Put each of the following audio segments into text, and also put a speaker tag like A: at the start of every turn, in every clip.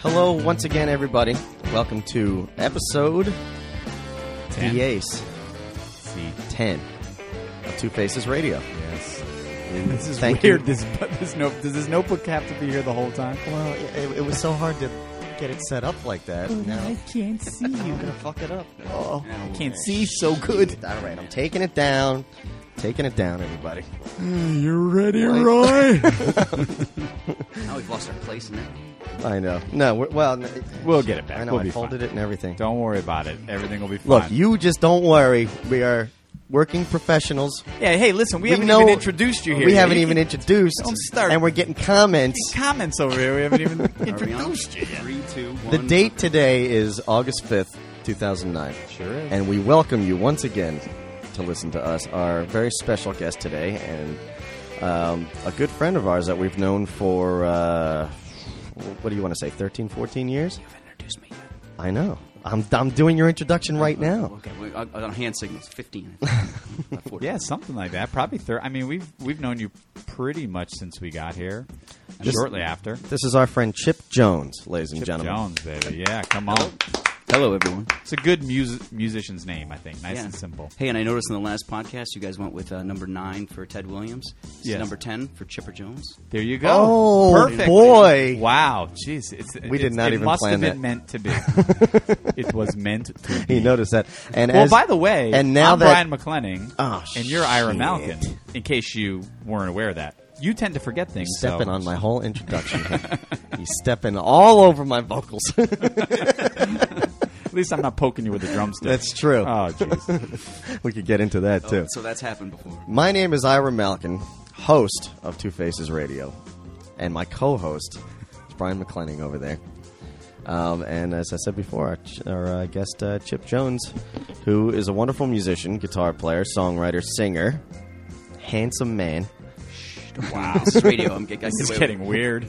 A: Hello, once again, everybody. Welcome to episode
B: Ten.
A: Yes,
B: See,
A: 10 of Two Faces Radio.
B: yes.
A: And
B: This is
A: thank
B: weird.
A: you-
B: This but this note does this notebook have to be here the whole time?
A: Well, it, it was so hard to get it set up like that.
B: Oh,
A: Now
B: can't see
A: I'm
B: you.
A: going to fuck it up.
B: Oh, I can't see so good.
A: All right, I'm taking it down. Taking it down, everybody.
B: You ready,
A: Roy?
C: Now we've lost our place in it.
A: I know. No, we're, well, n-
B: We'll get it back.
A: I know.
B: We'll
A: I
B: be
A: folded
B: fine.
A: it and everything.
B: Don't worry about it. Everything will be fine.
A: Look, you just don't worry. We are working professionals.
B: Yeah. Hey, listen. We, haven't
A: know-
B: even introduced you here.
A: We haven't
B: You
A: even
B: can-
A: introduced.
B: Don't start.
A: And we're getting comments.
B: comments over here. We haven't even
C: Are we on?
B: introduced you yet.
C: Three, two, one.
A: The date today is August 5th, 2009.
B: Sure is.
A: And we welcome you once again to listen to us, our very special guest today, and um, a good friend of ours that we've known for, uh, what do you want to say, 13, 14 years?
C: You've introduced me.
A: I know. I'm, I'm doing your introduction right now.
C: Okay, well, I, I got a hand signals. Fifteen. I think. Not 14.
B: Yeah, something like that. Probably third. I mean, we've we've known you pretty much since we got here.
A: Just-
B: Shortly after.
A: This is our friend Chip Jones, ladies and
B: Chip
A: gentlemen.
B: Jones, baby. Yeah, come on.
C: Hello, everyone.
B: It's a good music musician's name, I think. Nice
C: Yeah.
B: and simple.
C: Hey, and I noticed in the last podcast you guys went with uh, number nine for Ted Williams. This is
B: Yes.
C: Number ten for Chipper Jones.
B: There you go.
A: Oh,
B: Perfect.
A: boy.
B: Wow. Jeez. It's,
A: We did
B: it's-
A: not
B: it
A: even
B: must
A: plan
B: have
A: that.
B: been meant to be. it was meant to be.
A: He noticed that. And
B: well,
A: as-
B: by the way,
A: and now
B: I'm
A: that
B: Brian McClenning,
A: Oh,
B: and you're Ira
A: shit.
B: Malkin, in case you weren't aware of that. You tend to forget things.
A: stepping
B: so.
A: on my whole introduction, he's stepping all over my vocals.
B: At least I'm not poking you with a drumstick.
A: That's true.
B: Oh, jeez.
A: we could get into that too.
C: So that's happened before.
A: My name is Ira Malkin, host of Two Faces Radio, and my co-host is Brian McClenning over there. Um, and as I said before, our, ch- our uh, guest uh, Chip Jones, who is a wonderful musician, guitar player, songwriter, singer, handsome man.
C: Wow, this is radio. I'm get, I
B: This
C: get
B: is
C: away
B: getting weird.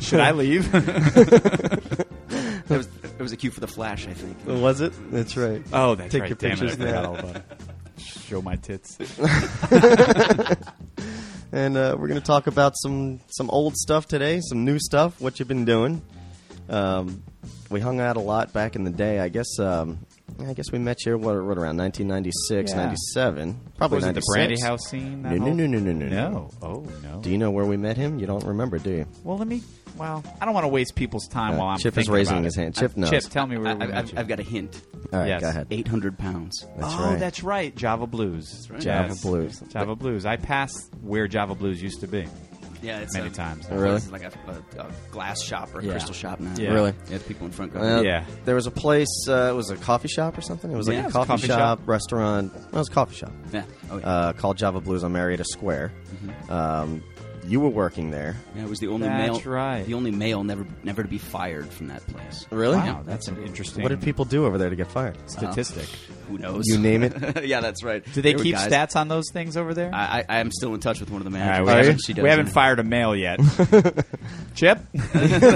B: Should I leave?
C: With, it, was, it was a cue for the flash, I think.
A: Was it? That's right.
B: oh, that's
A: Take
B: right.
A: your
B: Damn it, I
A: pictures
B: forgot
A: now.
B: all about it. Show my tits.
A: And uh, we're going to talk about some some old stuff today, some new stuff. What you've been doing? Um, we hung out a lot back in the day. I guess um, I guess we met here what, what around 1996,
B: Yeah.
A: 97, probably
B: was it the
A: 96.
B: Brandy House scene? that
A: No, no,
B: whole-
A: no, no, no, no,
B: No. Oh, no.
A: Do you know where we met him? You don't remember, do you?
B: Well, let me. Well, I don't want to waste people's time
A: Uh,
B: while I'm.
A: Chip is
B: thinking
A: raising
B: about
A: his
B: it.
A: hand. Chip
B: Uh,
A: knows.
B: Chip, tell me where we
C: I,
B: met
C: I've,
B: you.
C: I've got a hint.
A: All right,
B: Yes.
A: go ahead.
C: Eight hundred pounds.
A: That's
B: oh,
A: right.
B: that's right. Java Blues. That's
C: right.
A: Java Blues.
B: Java Blues. I passed where Java Blues used to be.
C: Yeah, it's
B: Many
C: a, oh,
B: times.
C: it's
A: Really?
C: like a, a, a glass shop or a
B: Yeah.
C: crystal shop now.
B: Yeah.
A: Really?
C: Yeah, the people in front. Go,
A: Uh,
B: Yeah.
A: There was a place. Uh, it was a coffee shop or something. It was like
B: Yeah, it
A: a
B: was
A: coffee,
B: coffee
A: shop,
B: shop.
A: restaurant. No, it was a coffee shop.
C: yeah. Oh, yeah.
A: uh, called Java Blues on Marietta Square.
B: Mm-hmm.
A: Um, you were working there.
C: Yeah, it was the only
B: That's
C: male.
B: right.
C: The only male never never to be fired from that place.
A: Really?
B: Wow, that's an interesting.
A: Oh, What did people do Oh. over there to get fired?
B: statistic?
C: Who knows?
A: You name it.
C: yeah, that's right.
B: Do they
C: There were
B: keep
C: guys-
B: stats on those things over there?
C: I, I, I'm still in touch with one of the
B: All right,
C: managers.
B: we,
A: Are
B: haven't,
C: She does,
B: we haven't
C: yeah.
B: fired a male yet. Chip,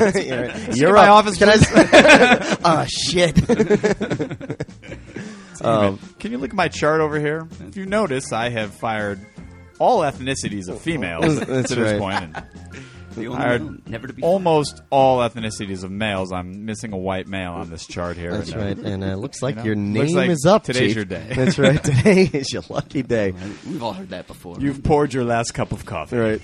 A: You're
B: my
A: up.
B: office,
A: Can I? s- oh shit!
C: Um,
B: Damn it. can you look at my chart over here? If you notice, I have fired all ethnicities of females to
A: That's
B: this
A: right.
B: point, and
C: The only
B: hired
C: male never to be
B: almost all ethnicities of males. I'm missing a white male on this chart here.
A: That's
B: And, uh,
A: right. And uh, looks like
B: know,
A: your
B: looks
A: name
B: like
A: is up.
B: today's
A: Chief.
B: your day.
A: That's right. Today is your lucky day.
C: fired. We've all heard that before.
B: You've poured your last cup of coffee.
A: Right.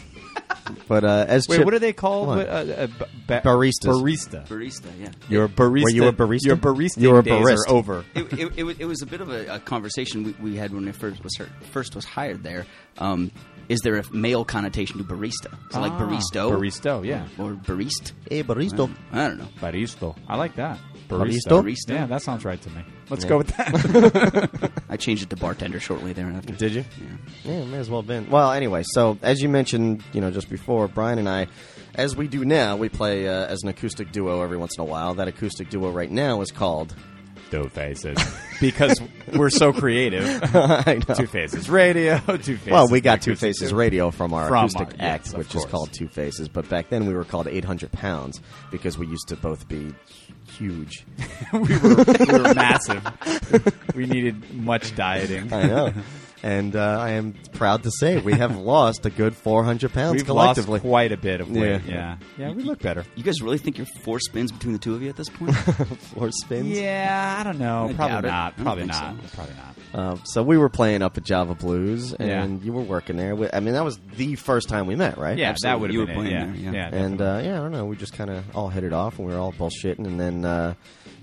A: But uh, as
B: Wait,
A: Chip,
B: what are they called?
A: Come on.
B: What, uh, uh, b- ba-
A: Baristas.
B: Barista.
C: barista. Yeah.
B: Your barista.
A: Were you a barista?
B: Your barista.
A: You were a
B: days
A: barista.
B: are over.
C: It, it, it, was, it was a bit of a, a conversation we, we had when I first was her, first was hired there. Um, is there a male connotation to barista? So like
B: Ah.
C: baristo,
B: Baristo, yeah.
C: or barist?
A: Hey, barista.
B: Uh,
C: I don't know.
B: Barista. I like that.
A: Barista?
C: Barista.
B: Yeah, that sounds right to me. Let's go with that.
C: I changed it to bartender shortly thereafter.
A: Did you?
C: Yeah.
A: Yeah, may as well have been. Well, anyway, so as you mentioned, you know, just before, Brian and I, as we do now, we play uh, as an acoustic duo every once in a while. That acoustic duo right now is called.
B: Two faces. because we're so creative.
A: I know.
B: Two faces radio. Two faces.
A: Well, we got Two
B: acoustic-
A: Faces Radio from our
B: From
A: acoustic
B: our-
A: act,
B: yes, of
A: which is
B: course.
A: called Two Faces. But back then we were called 800 Pounds because we used to both be huge.
B: we, were, we were massive. we needed much dieting.
A: I know. And uh, I am proud to say we have lost a good 400 pounds
B: We've lost
A: collectively.
B: quite a bit of weight.
A: Yeah.
B: Yeah. Yeah, we look better.
C: You guys really think you're four spins between the two of you at this point?
A: Four spins.
B: Yeah, I don't know.
C: I doubt
B: Probably
C: it.
B: not.
C: I don't
B: Probably
C: think
B: not.
C: so.
B: Probably not.
A: Uh, so we were playing up at Java Blues, and
B: Yeah.
A: you were working there. We- I mean, that was the first time we met, right?
B: Yeah, that
C: Absolutely.
B: would
C: You
B: have
C: were
B: been it.
C: playing
B: Yeah. yeah.
C: there, yeah.
A: And uh, yeah, I don't know. We just kind of all hit it off, and we were all bullshitting. And then uh,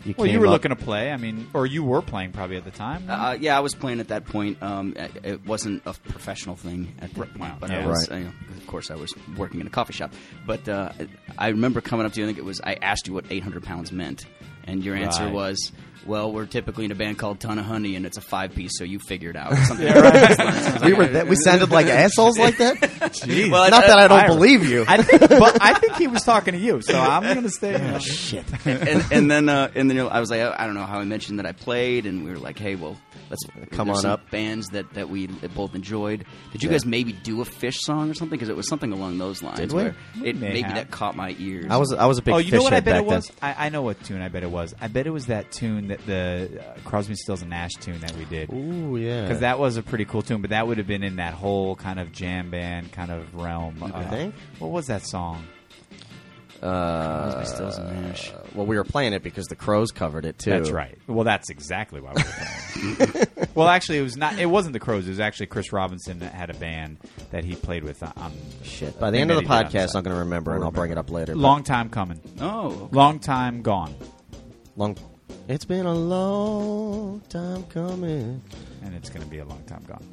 A: you
B: well,
A: came
B: you were
A: up-
B: looking to play. I mean, or you were playing probably at the time.
C: Uh, yeah, I was playing at that point. Um, it- it wasn't a professional thing at that point,
B: wow.
C: but
B: Yeah.
C: I was,
A: Right.
C: you know, of course, I was working in a coffee shop. But uh, I remember coming up to you. I think it was I asked you what 800 pounds meant, and your answer
B: Right.
C: was, "Well, we're typically in a band called Ton of Honey, and it's a five piece, so you figure it out." or Something
A: We were that we sounded like assholes like that.
B: Jeez.
C: Well,
A: Not that I don't
B: Ira.
A: believe you.
B: uh, I think, but I think he was talking to you, so I'm going to stay.
A: Oh, Shit.
C: and, and then uh, and then you know, I was like, I I don't know how I mentioned that I played, and we were like, hey, well, let's
A: Come
C: there's
A: on
C: some
A: up.
C: Bands that that we both enjoyed. Did you
A: Yeah.
C: guys maybe do a fish song or something? Because it was something along those lines.
A: we?
C: Where
B: We
C: it
B: may
C: maybe
B: have.
C: that caught my ears.
A: I was I was a big
B: Oh,
A: fish
B: you know what I
A: head
B: bet
A: back
B: it was?
A: then.
B: I, I know what tune I bet it was. I bet it was that tune that the uh, Crosby, Stills, and Nash tune that we did.
A: Ooh yeah,
B: Because that was a pretty cool tune, but that would have been in that whole kind of jam band kind of realm. Uh,
A: think? Uh,
B: What was that song?
C: Crosby, Stills, and Nash.
A: well, we were playing it because the Crows covered it too.
B: That's right. Well, that's exactly why we were playing. well, actually, it was not. It wasn't the Crows. It was actually Chris Robinson that had a band that he played with. uh, On, on
A: Shit. By the end of the
B: Maybe not.
A: podcast, I'm going to remember, and I'll bring it up later. but
B: long time coming,
C: Oh,
B: long time gone,
A: long. It's been a long time coming,
B: and it's going to be a long time gone.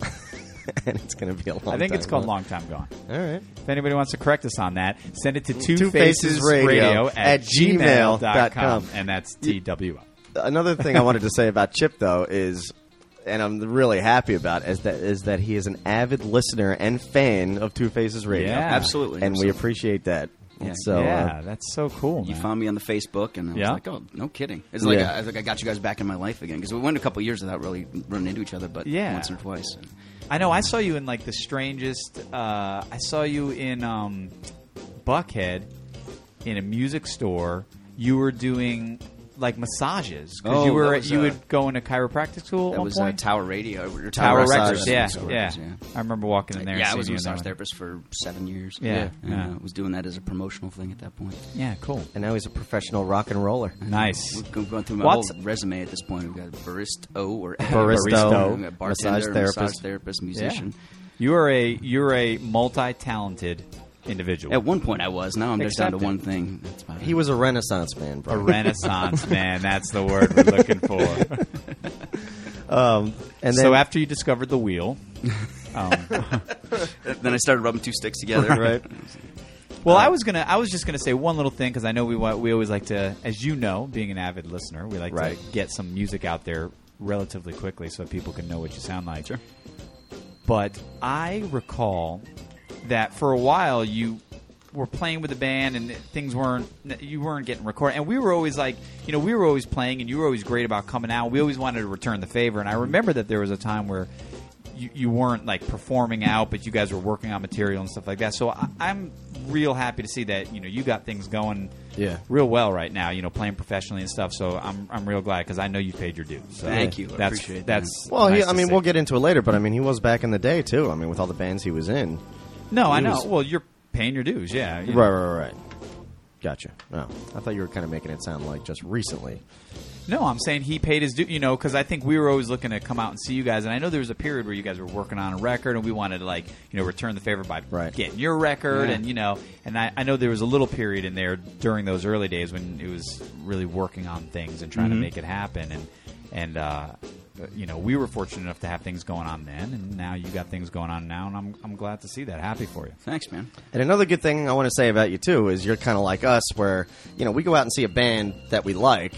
A: and it's going to be a long.
B: I think it's
A: time,
B: called
A: huh?
B: Long Time Gone.
A: All right.
B: If anybody wants to correct us on that, send it to
A: Faces
B: two, faces, radio,
A: Radio
B: at,
A: at
B: gmail
A: gmail.com.
B: dot com, and that's T W O.
A: another thing I wanted to say about Chip though is, and I'm really happy about is that is that he is an avid listener and fan of Two Faces Radio.
B: Yeah.
C: Absolutely,
A: and we
C: absolutely.
A: appreciate that. And
C: Yeah.
A: so,
B: yeah,
A: uh,
B: that's so cool.
C: You
B: man.
C: found me on the Facebook, and I was
B: Yeah?
C: like, "Oh, no kidding!" It's like
A: Yeah.
C: I, I think I got you guys back in my life again because we went a couple years without really running into each other, but
B: Yeah.
C: once or twice.
B: I know. I saw you in like the strangest. Uh, I saw you in um, Buckhead in a music store. You were doing like massages because
C: Oh,
B: you were
C: that was,
B: you
C: uh,
B: would go into chiropractic school at
C: That
B: one
C: was uh,
B: point.
C: Tower Radio,
B: Tower
C: or
A: Tower
B: Records,
A: Records,
B: yeah,
C: Massage
B: yeah,
C: Records, yeah.
B: I remember walking in there.
C: yeah,
B: and
C: I was a
B: seeing you in
C: massage
B: that one.
C: therapist for seven years.
B: Yeah,
C: and,
B: yeah.
C: uh, was doing that as a promotional thing at that point.
B: Yeah, cool,
A: and now he's a professional rock and roller.
B: nice.
C: We're going through my
B: What's-
C: whole resume at this point. We've got barista or
A: Baristo,
C: We got bartender,
A: massage
C: massage therapist,
A: therapist.
C: musician.
B: Yeah. You are a you're a multi-talented individual.
C: At one point, I was. Now I'm just down to
B: Accepted.
C: one thing. That's about
A: He was a Renaissance man,
B: a
A: bro.
B: renaissance man. That's the word we're looking for.
A: And then,
B: so after you discovered the wheel, um,
C: it. Then I started rubbing two sticks together.
A: right?
B: Well, I was gonna. I was just gonna say one little thing because I know we wa- we always like to, as you know, being an avid listener, we like
A: Right.
B: to get some music out there relatively quickly so people can know what you sound like.
C: Sure.
B: But I recall that for a while you were playing with the band and things weren't you weren't getting recorded and we were always like you know we were always playing and you were always great about coming out we always wanted to return the favor and i remember that there was a time where you, you weren't like performing out but you guys were working on material and stuff like that so I, i'm real happy to see that you know you got things going
A: Yeah.
B: real well right now you know playing professionally and stuff so i'm, I'm real glad because i know you paid your dues so
C: Thank you. I
B: that's
C: appreciate that.
B: that's
A: Well, he,
B: nice
A: I
B: to
A: mean,
B: see.
A: we'll get into it later, but I mean, he was back in the day too. I mean, with all the bands he was in.
B: no i
A: he
B: know
A: was-
B: well you're paying your dues yeah you know.
A: Right, right, right. Gotcha. No, I thought you were kind of making it sound like just recently.
B: No, I'm saying he paid his due, you know, because I think we were always looking to come out and see you guys. And I know there was a period where you guys were working on a record and we wanted to, like, you know, return the favor by
A: Right.
B: getting your record.
C: Yeah.
B: And, you know, and I, I know there was a little period in there during those early days when it was really working on things and trying
A: Mm-hmm.
B: to make it happen. And, and, uh, you know, we were fortunate enough to have things going on then, and now you got things going on now, and I'm, I'm glad to see that. Happy for you.
C: Thanks, man.
A: And another good thing I want to say about you too is you're kind of like us, where you know we go out and see a band that we like.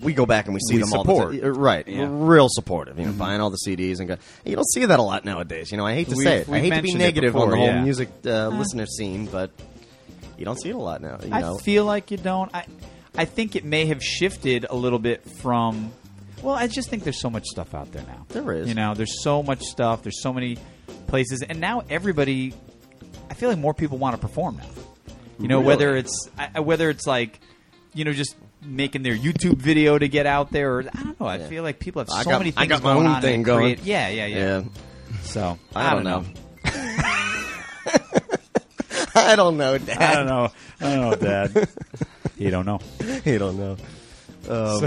A: We go back and we see
B: We
A: them all
B: support. Mm-hmm.
A: the time. Right,
C: Yeah.
A: We're real supportive. You know, buying all the CDs and go. You don't see that a lot nowadays. You know, I hate to
B: We've-
A: say it. I
B: we've
A: hate to be
B: mentioned it
A: negative on the
B: before,
A: whole
B: yeah.
A: music uh, listener scene, but you don't see it a lot now. You know,
B: I feel like you don't. I I think it may have shifted a little bit from. Well, I just think there's so much stuff out there now.
A: There is.
B: You know, there's so much stuff. There's so many places, and now everybody. I feel like more people want to perform now. You know, whether
C: Really?
B: it's I- I- whether it's like, you know, just making their YouTube video to get out there, or I don't know. I
A: Yeah.
B: feel like people have
A: I
B: so
A: got-
B: many
A: I
B: things
A: got my
B: going
A: own
B: on
A: thing
B: and
A: going.
B: create- yeah, yeah, yeah. So
A: I don't know. I don't know, Dad.
B: I don't know. I don't know, Dad. you don't know.
A: You don't know.
B: So,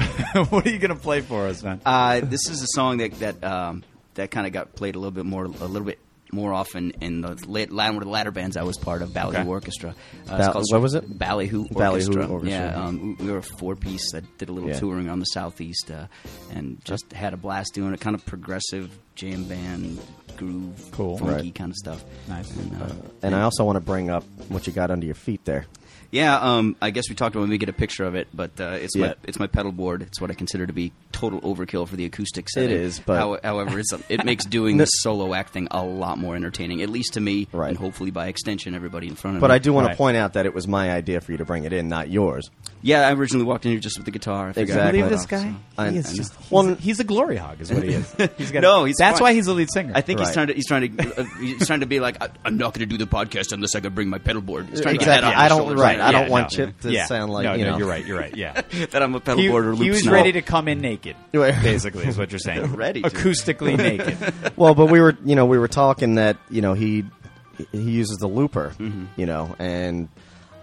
B: what are you gonna play for us, man?
C: Uh, this is a song that that um, that kind of got played a little bit more, a little bit more often in the late, one of the latter bands I was part of, Ballyhoo
B: Okay.
C: Orchestra. Uh,
A: Bal- what was it?
C: Ballyhoo Orchestra.
A: Ballyhoo Orchestra.
C: Yeah, um, we we were a four piece that did a little
A: Yeah.
C: touring on the southeast, uh, and just had a blast doing it. Kind of progressive jam band groove,
B: Cool.
C: funky
A: Right.
C: kind of stuff.
B: Nice.
C: And, uh,
A: And I also want to bring up what you got under your feet there.
C: yeah, um, I guess we talked about when we get a picture of it, but uh, it's
A: Yeah.
C: my it's my pedal board. It's what I consider to be total overkill for the acoustics.
A: It
C: setting.
A: is, but-
C: How- however, it's, it makes doing the solo act thing a lot more entertaining, at least to me,
A: Right.
C: and hopefully by extension everybody in front of
A: But
C: me.
A: I do want to
B: Right.
A: point out that it was my idea for you to bring it in, not yours.
C: Yeah, I originally walked in here just with the guitar. I figured I'd
A: Exactly.
B: Believe
C: play it
B: this
C: off,
B: guy?
C: so.
A: I-
B: he is
A: I
B: just
A: know.
B: he's, a, he's a glory hog, is what he is. He's got
C: No, he's
B: that's
C: fine.
B: why he's the lead singer.
C: I think
A: Right.
C: he's trying to he's trying to uh, he's trying to be like I, I'm not going to do the podcast unless I can bring my pedal board. He's trying to get that
A: Exactly.
C: off my
A: I don't-
C: shoulders
A: right,
C: now.
A: I don't
C: Yeah,
A: want
B: no,
A: Chip to
B: yeah.
A: sound like,
B: no,
A: you
B: no,
A: know.
B: you're right. You're right. Yeah.
C: that I'm a pedal
B: He,
C: board or loop
B: he was
C: snob.
B: ready to come in naked.
A: Right.
B: Basically, is what you're saying.
C: Ready to.
B: acoustically naked.
A: well, but we were, you know, we were talking that you know he he uses the looper,
B: Mm-hmm.
A: you know, and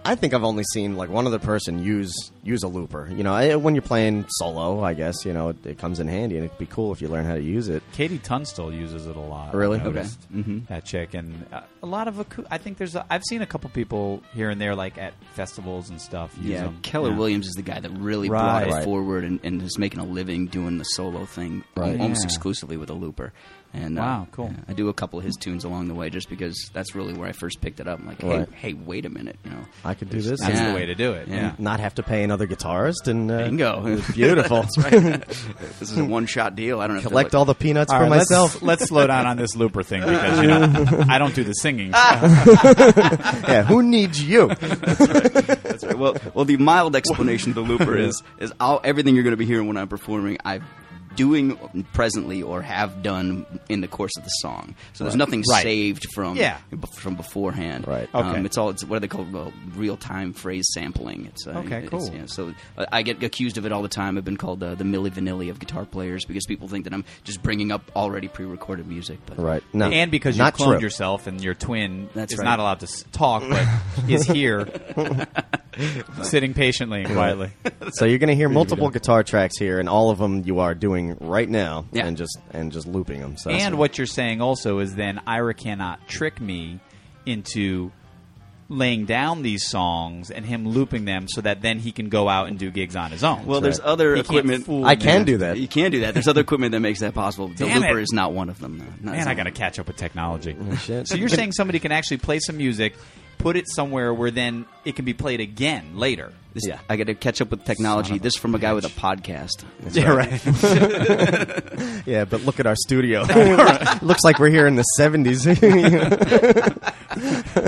A: I think I've only seen like one other person use use a looper. You know, I, when you're playing solo, I guess you know it, it comes in handy, and it'd be cool if you learn how to use it.
B: Katie Tunstall uses it a lot.
A: Really?
B: I noticed.
A: Okay.
B: That chick and uh, a lot of acou- I think there's a, I've seen a couple people here and there like at festivals and stuff use
C: Yeah,
B: them.
C: Keller
B: Yeah.
C: Williams is the guy that really
B: Right.
C: brought it
A: Right.
C: forward and, and is making a living doing the solo thing
A: Right.
C: al- almost
B: Yeah.
C: exclusively with a looper. And uh,
B: Wow, cool.
C: yeah, I do a couple of his tunes along the way just because that's really where I first picked it up. I'm like, hey,
A: Right.
C: hey, wait a minute, you know.
A: I could do this.
B: That's
A: and
C: Yeah.
B: the way to do it. Yeah.
C: Yeah.
A: Not have to pay another guitarist and uh,
C: Bingo.
A: Beautiful.
C: this is a one shot deal. I don't know.
A: Collect all the peanuts
B: All
A: for
B: right, let's-
A: myself.
B: Let's, slow down on this looper thing because you know I don't do the singing. so-
A: yeah, who needs you?
C: well, well, the mild explanation of the looper is is all everything you're going to be hearing when I'm performing. I'm doing presently or have done in the course of the song. So there's nothing
B: Right.
C: saved from
B: Yeah.
C: b- from beforehand.
A: Right.
B: Okay.
C: Um, it's all it's what are they called? Well, real time phrase sampling. It's uh,
B: Okay,
C: it's-
B: cool.
C: yeah, so uh, I get accused of it all the time. I've been called uh, the Milli Vanilli of guitar players because people think that I'm just bringing up already pre-recorded music. But
A: right. No.
B: and because you
A: not
B: cloned
A: true.
B: yourself and your twin
C: That's
B: is
C: right.
B: not allowed to s- talk, but is here sitting patiently and quietly.
A: So you're going to hear multiple guitar tracks here, and all of them you are doing right now,
C: Yeah.
A: and just and just looping them. So
B: and what you're saying also is then Ira cannot trick me into laying down these songs and him looping them so that then he can go out and do gigs on his own.
C: Well, there's
A: right.
C: other
B: He can't
C: equipment.
B: fool
A: I
B: me.
A: can do that.
C: You can do that. There's other equipment that makes that possible. The
B: Damn
C: looper
B: it.
C: is not one of them. though. Not- it's
B: Man, I
C: not-
B: got to catch up with technology.
A: shit.
B: So you're saying somebody can actually play some music, put it somewhere where then it can be played again later.
C: This,
A: Yeah.
C: I got to catch up with technology. This from a guy with a podcast.
B: Yeah, right.
A: Yeah, but look at our studio. Looks like we're here in the 70s.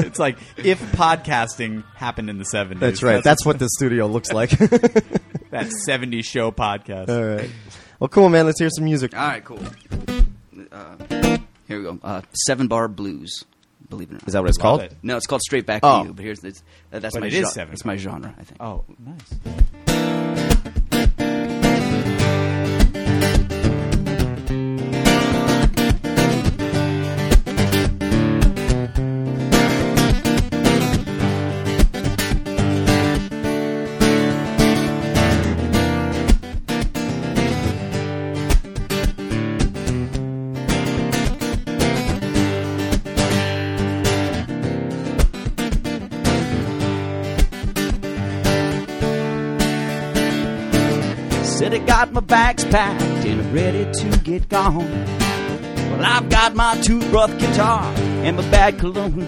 B: it's like if podcasting happened in the 70s.
A: That's right. That's what the studio looks like. All
B: that 70s show podcast.
A: right. Well, cool, man. Let's hear some music.
C: All right, cool. Uh, here we go. Uh, seven bar blues. Believe it or not.
A: Is that what it's called?
B: it.
C: No, it's called Straight Back
A: Oh.
C: to You. But here's it's, uh, that's
B: But
C: my
B: it is
C: gen-
B: seven
C: That's my genre. I think.
B: Oh, nice.
C: Said I got my bags packed and I'm ready to get gone. Well, I've got my toothbrush guitar and my bad cologne.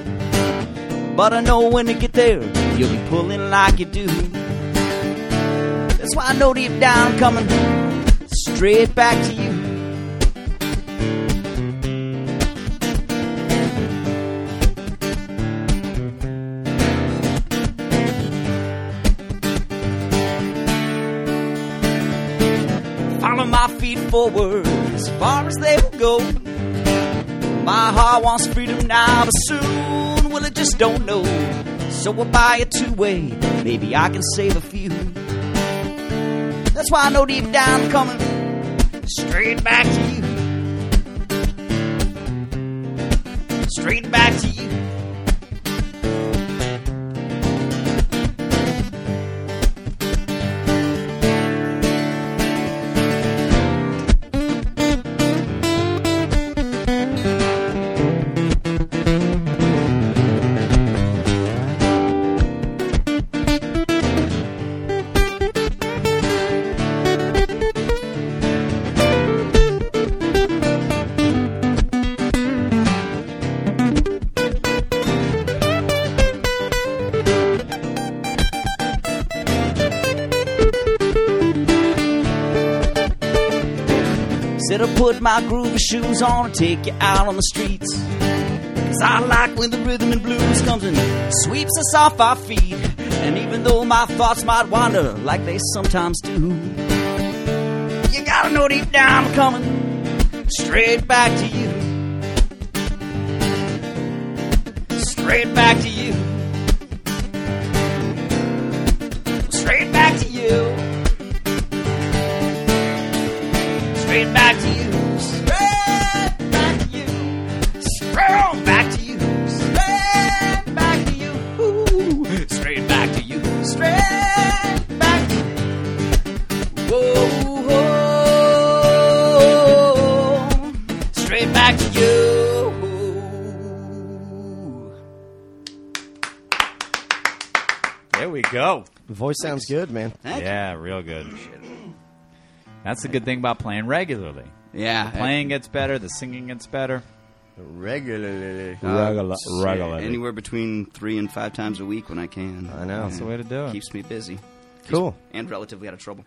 C: But I know when I get there, you'll be pulling like you do. That's why I know deep down I'm coming straight back to you. Follow my feet forward as far as they will go. My heart wants freedom now, but soon, well, I just don't know. So we'll buy a two way, maybe I can save a few. That's why I know deep down I'm coming straight back to you. straight back to you. Said I put my groovy shoes on and take you out on the streets. Cause I like when the rhythm and blues comes and sweeps us off our feet. And even though my thoughts might wander like they sometimes do, you gotta know deep down I'm coming straight back to you. Straight back to you. Straight back to you. Straight back to you. Straight back to you. Straight back to you. Straight back to you. Ooh. Straight back to you. Straight back to you. Whoa, whoa. Straight back to you.
B: There we go.
A: The voice sounds good, man.
C: Thank
B: Yeah, real good. That's the good thing about playing regularly.
C: you. Yeah.
B: Playing gets better, the singing gets better.
A: Regularly.
C: Uh,
D: Regular- regularly.
C: Anywhere between three and five times a week when I can.
A: I know.
B: That's the way to do it.
C: Keeps me busy.
A: Cool.
C: And relatively out of trouble.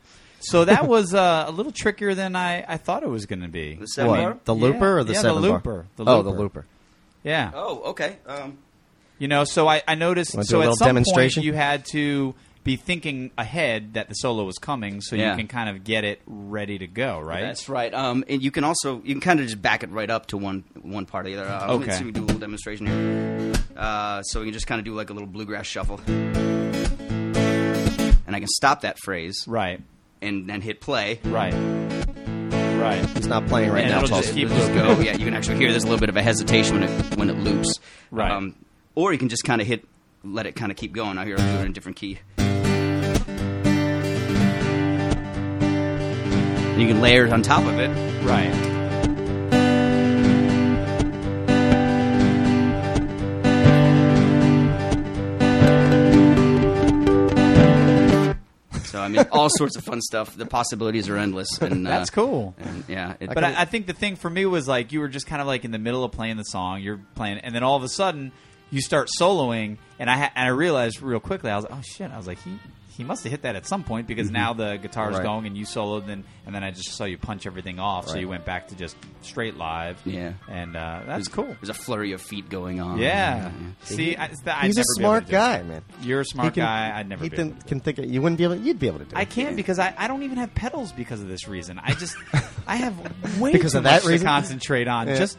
B: So that was uh, a little trickier than I, I thought it was going to be.
C: The seven bar?
A: What? The looper or the
B: Yeah, the
A: seven bar?
B: looper. The
A: Oh, the
B: looper.
A: looper.
B: Yeah.
C: Oh, okay. Um,
B: You know, so I, I noticed.
A: Wanna do
B: so
A: a
B: at
A: little
B: some
A: demonstration?
B: point, you had to be thinking ahead that the solo was coming, so
C: Yeah.
B: you can kind of get it ready to go, right?
C: that's right. Um, and you can also you can kind of just back it right up to one one part or the other. Uh,
B: Okay.
C: Let's see, we do a little demonstration here. Uh, so we can just kind of do like a little bluegrass shuffle, and I can stop that phrase
B: right,
C: and then hit play.
B: right, right.
A: It's not playing right
B: And
A: now.
B: it'll
A: Paul.
B: just keep
C: It'll just
B: looping.
C: go. Yeah, you can actually hear there's a little bit of a hesitation when it when it loops. Um,
B: Right.
C: or you can just kind of hit, let it kind of keep going. I hear I'm doing a different key. You can layer it on top of it.
B: Right.
C: So I mean, all sorts of fun stuff. The possibilities are endless. And uh,
B: That's cool.
C: And, yeah, it,
B: But I, I think the thing for me was like you were just kind of like in the middle of playing the song, you're playing, and then all of a sudden you start soloing, and I ha- and I realized real quickly I was like, oh shit, I was like he he must have hit that at some point because now the guitar's
A: Right.
B: going and you soloed, and and then I just saw you punch everything off, so
A: Right.
B: you went back to just straight live,
C: Yeah.
B: and uh, that's cool.
C: there's a flurry of feet going on.
B: Yeah. See, I, it's the- I'd
A: He's a
B: never be able
A: smart
B: to do that.
A: guy, man.
B: You're a
A: He
B: smart guy. I'd never
A: He
B: be
A: can,
B: able to do
A: can think. Of, you wouldn't be able. You'd be able to do.
B: I
A: it.
B: can't because I, I don't even have pedals because of this reason. I just I have way
A: Because
B: too
A: of that
B: much
A: reason?
B: to concentrate on
A: Yeah.
B: just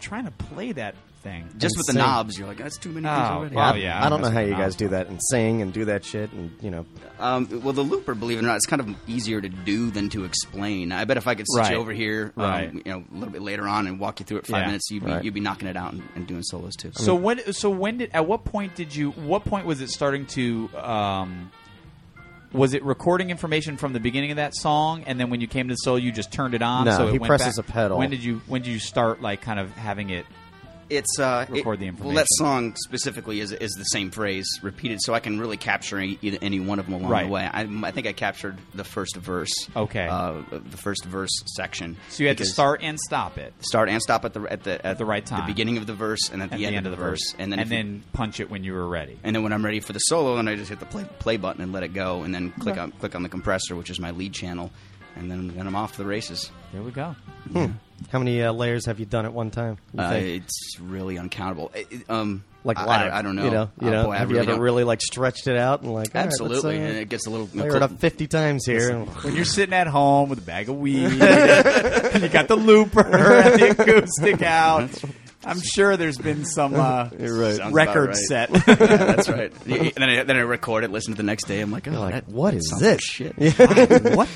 B: trying to play that thing.
C: Just with the
A: Insane.
C: knobs, you're like, that's too many things
B: Oh,
C: already.
B: wow.
A: I,
B: yeah,
A: I don't know
B: that's
A: how you
B: phenomenal.
A: guys do that and sing and do that shit and you know.
C: Um, well, the looper, believe it or not, it's kind of easier to do than to explain. I bet if I could sit
B: Right.
C: you over here, um,
B: Right.
C: you know, a little bit later on and walk you through it five
B: Yeah.
C: minutes, you'd be,
A: Right.
C: you'd be knocking it out and, and doing solos too.
B: So when so when did at what point did you what point was it starting to um, was it recording information from the beginning of that song and then when you came to the solo you just turned it on
A: No,
B: so it
A: he
B: went
A: presses
B: back?
A: a pedal.
B: When did you when did you start like kind of having it
C: it's uh, it-
B: Record the
C: Well, that
B: information.
C: song specifically is is the same phrase repeated, so I can really capture any, either- any one of them along
B: Right.
C: the way. I, I think I captured the first verse.
B: Okay.
C: uh, the first verse section.
B: so you had to
C: because-
B: start and stop it
C: start and stop at the at the at
B: the right time.
C: the beginning of the verse, and at,
B: at
C: the, end, of the verse, and then
B: and
C: if you-
B: then punch it when you were ready.
C: And then when I'm ready for the solo, then I just hit the play, play button and let it go, and then click on click on the compressor, which is my lead channel, and then, then I'm off to the races.
B: There we go.
A: How many uh, layers have you done at one time? you
C: Uh,
A: think?
C: it's really uncountable. It- it, um,
A: like
C: I- I,
A: live.
C: don't- I don't know.
A: You know, you
C: Uh,
A: know
C: boy, I
A: have you ever
C: don't-
A: really like stretched it out and like all right, let's,
C: Absolutely,
A: uh,
C: and it gets a little.
A: layer it up fifty times here.
B: When you're sitting at home with a bag of weed, you got the looper and the acoustic out.
D: I'm sure there's been some uh,
A: You're right.
D: some
A: Sounds
D: record
A: about
D: set.
C: Yeah, that's right. and then I, then I record it, listen to the next day. I'm like, oh,
A: You're like,
C: that
A: what is
C: sounds
A: this?
C: Shit.
D: what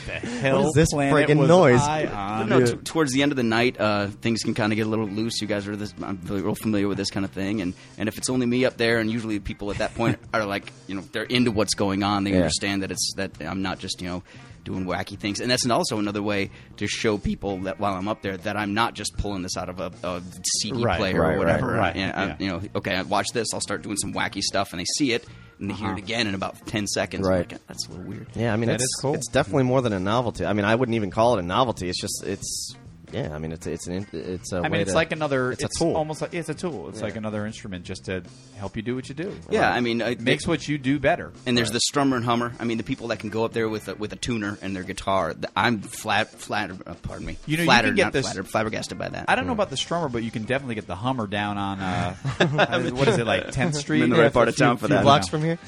D: the hell
A: is this
D: planet
A: friggin'
D: was
A: noise?
D: I
C: But
D: on?
C: no,
A: Yeah.
C: t- towards the end of the night, uh, things can kind of get a little loose. You guys are this, I'm really real familiar with this kind of thing, and, and if it's only me up there, and usually people at that point are like, you know, they're into what's going on. They
A: Yeah.
C: understand that it's that I'm not just you know doing wacky things, and that's an- also another way to show people that while I'm up there, that I'm not just pulling this out of a, a CD
D: Right,
C: player
A: right,
C: or whatever.
D: right, right,
C: And I-
D: yeah.
C: you know, okay, I watch this. I'll start doing some wacky stuff, and they see it, and they hear it again in about ten seconds. I'm
A: Uh-huh. Right.
C: like, that's a little weird.
A: Yeah, I mean,
B: That
A: it's,
B: is cool.
A: It's definitely more than a novelty. I mean, I wouldn't even call it a novelty. It's just it's yeah. I mean, it's it's an in- it's a.
B: I mean,
A: way
B: it's
A: to-
B: like another. It's,
A: It's, a tool.
B: Almost like it's a tool. It's like another instrument just to help you do what you do.
C: Yeah, I mean, I-
B: it makes what you do better.
C: And there's the strummer and hummer. I mean, the people that can go up there with a, with a tuner and their guitar. Th- I'm flat, flattered. Uh, pardon me.
B: You know, you
C: flattered,
B: can get
C: not
B: this-
C: flattered, flabbergasted by that.
B: I don't know about the strummer, but you can definitely get the Hummer down on uh, what is it like 10th Street?
C: in the right part of
B: Few-
C: town for
B: few
C: that. Mm-hmm.
A: blocks
B: now.
A: from here.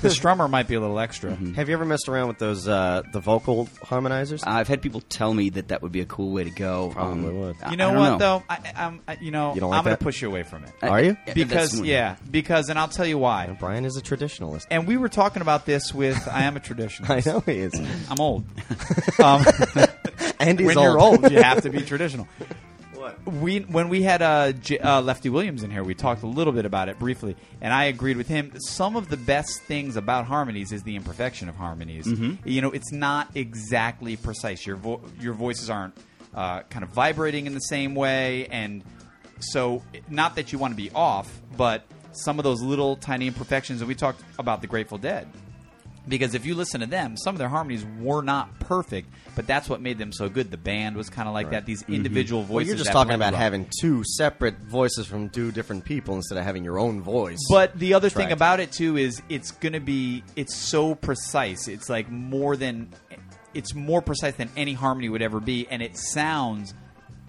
B: the strummer might be a little extra.
A: Have you ever messed around with those uh, the vocal harmonizers?
C: I've had people tell me that that would be a cool way to go. um,
A: Probably would.
C: I-
B: You
C: I
B: know
C: don't
B: what though? I, I'm I, you know
A: You don't like
B: I'm going
A: that?
B: to push you away from it
C: I-
A: Are you?
C: I-
B: because
C: Uh, that's-
B: yeah because and I'll tell you why.
A: Brian is a traditionalist.
B: And we were talking about this with I am a traditionalist.
A: I know he is,
B: I'm old. Um,
A: and he's
B: when you're old, you have to be traditional. We when we had uh, J- uh, Lefty Williams in here, we talked a little bit about it briefly, and I agreed with him. Some of the best things about harmonies is the imperfection of harmonies. You know, it's not exactly precise. Your vo- your voices aren't uh, kind of vibrating in the same way, and so not that you want to be off, but some of those little tiny imperfections. And we talked about the Grateful Dead because if you listen to them, some of their harmonies were not perfect, but that's what made them so good. The band was kind of like that. These individual voices.
A: Mm-hmm. Well, you're just
B: that
A: talking
B: blended
A: about
B: well.
A: having two separate voices from two different people instead of having your own voice.
B: But the other thing
A: Right.
B: about it too is it's going to be it's so precise. It's like more than it's more precise than any harmony would ever be, and it sounds.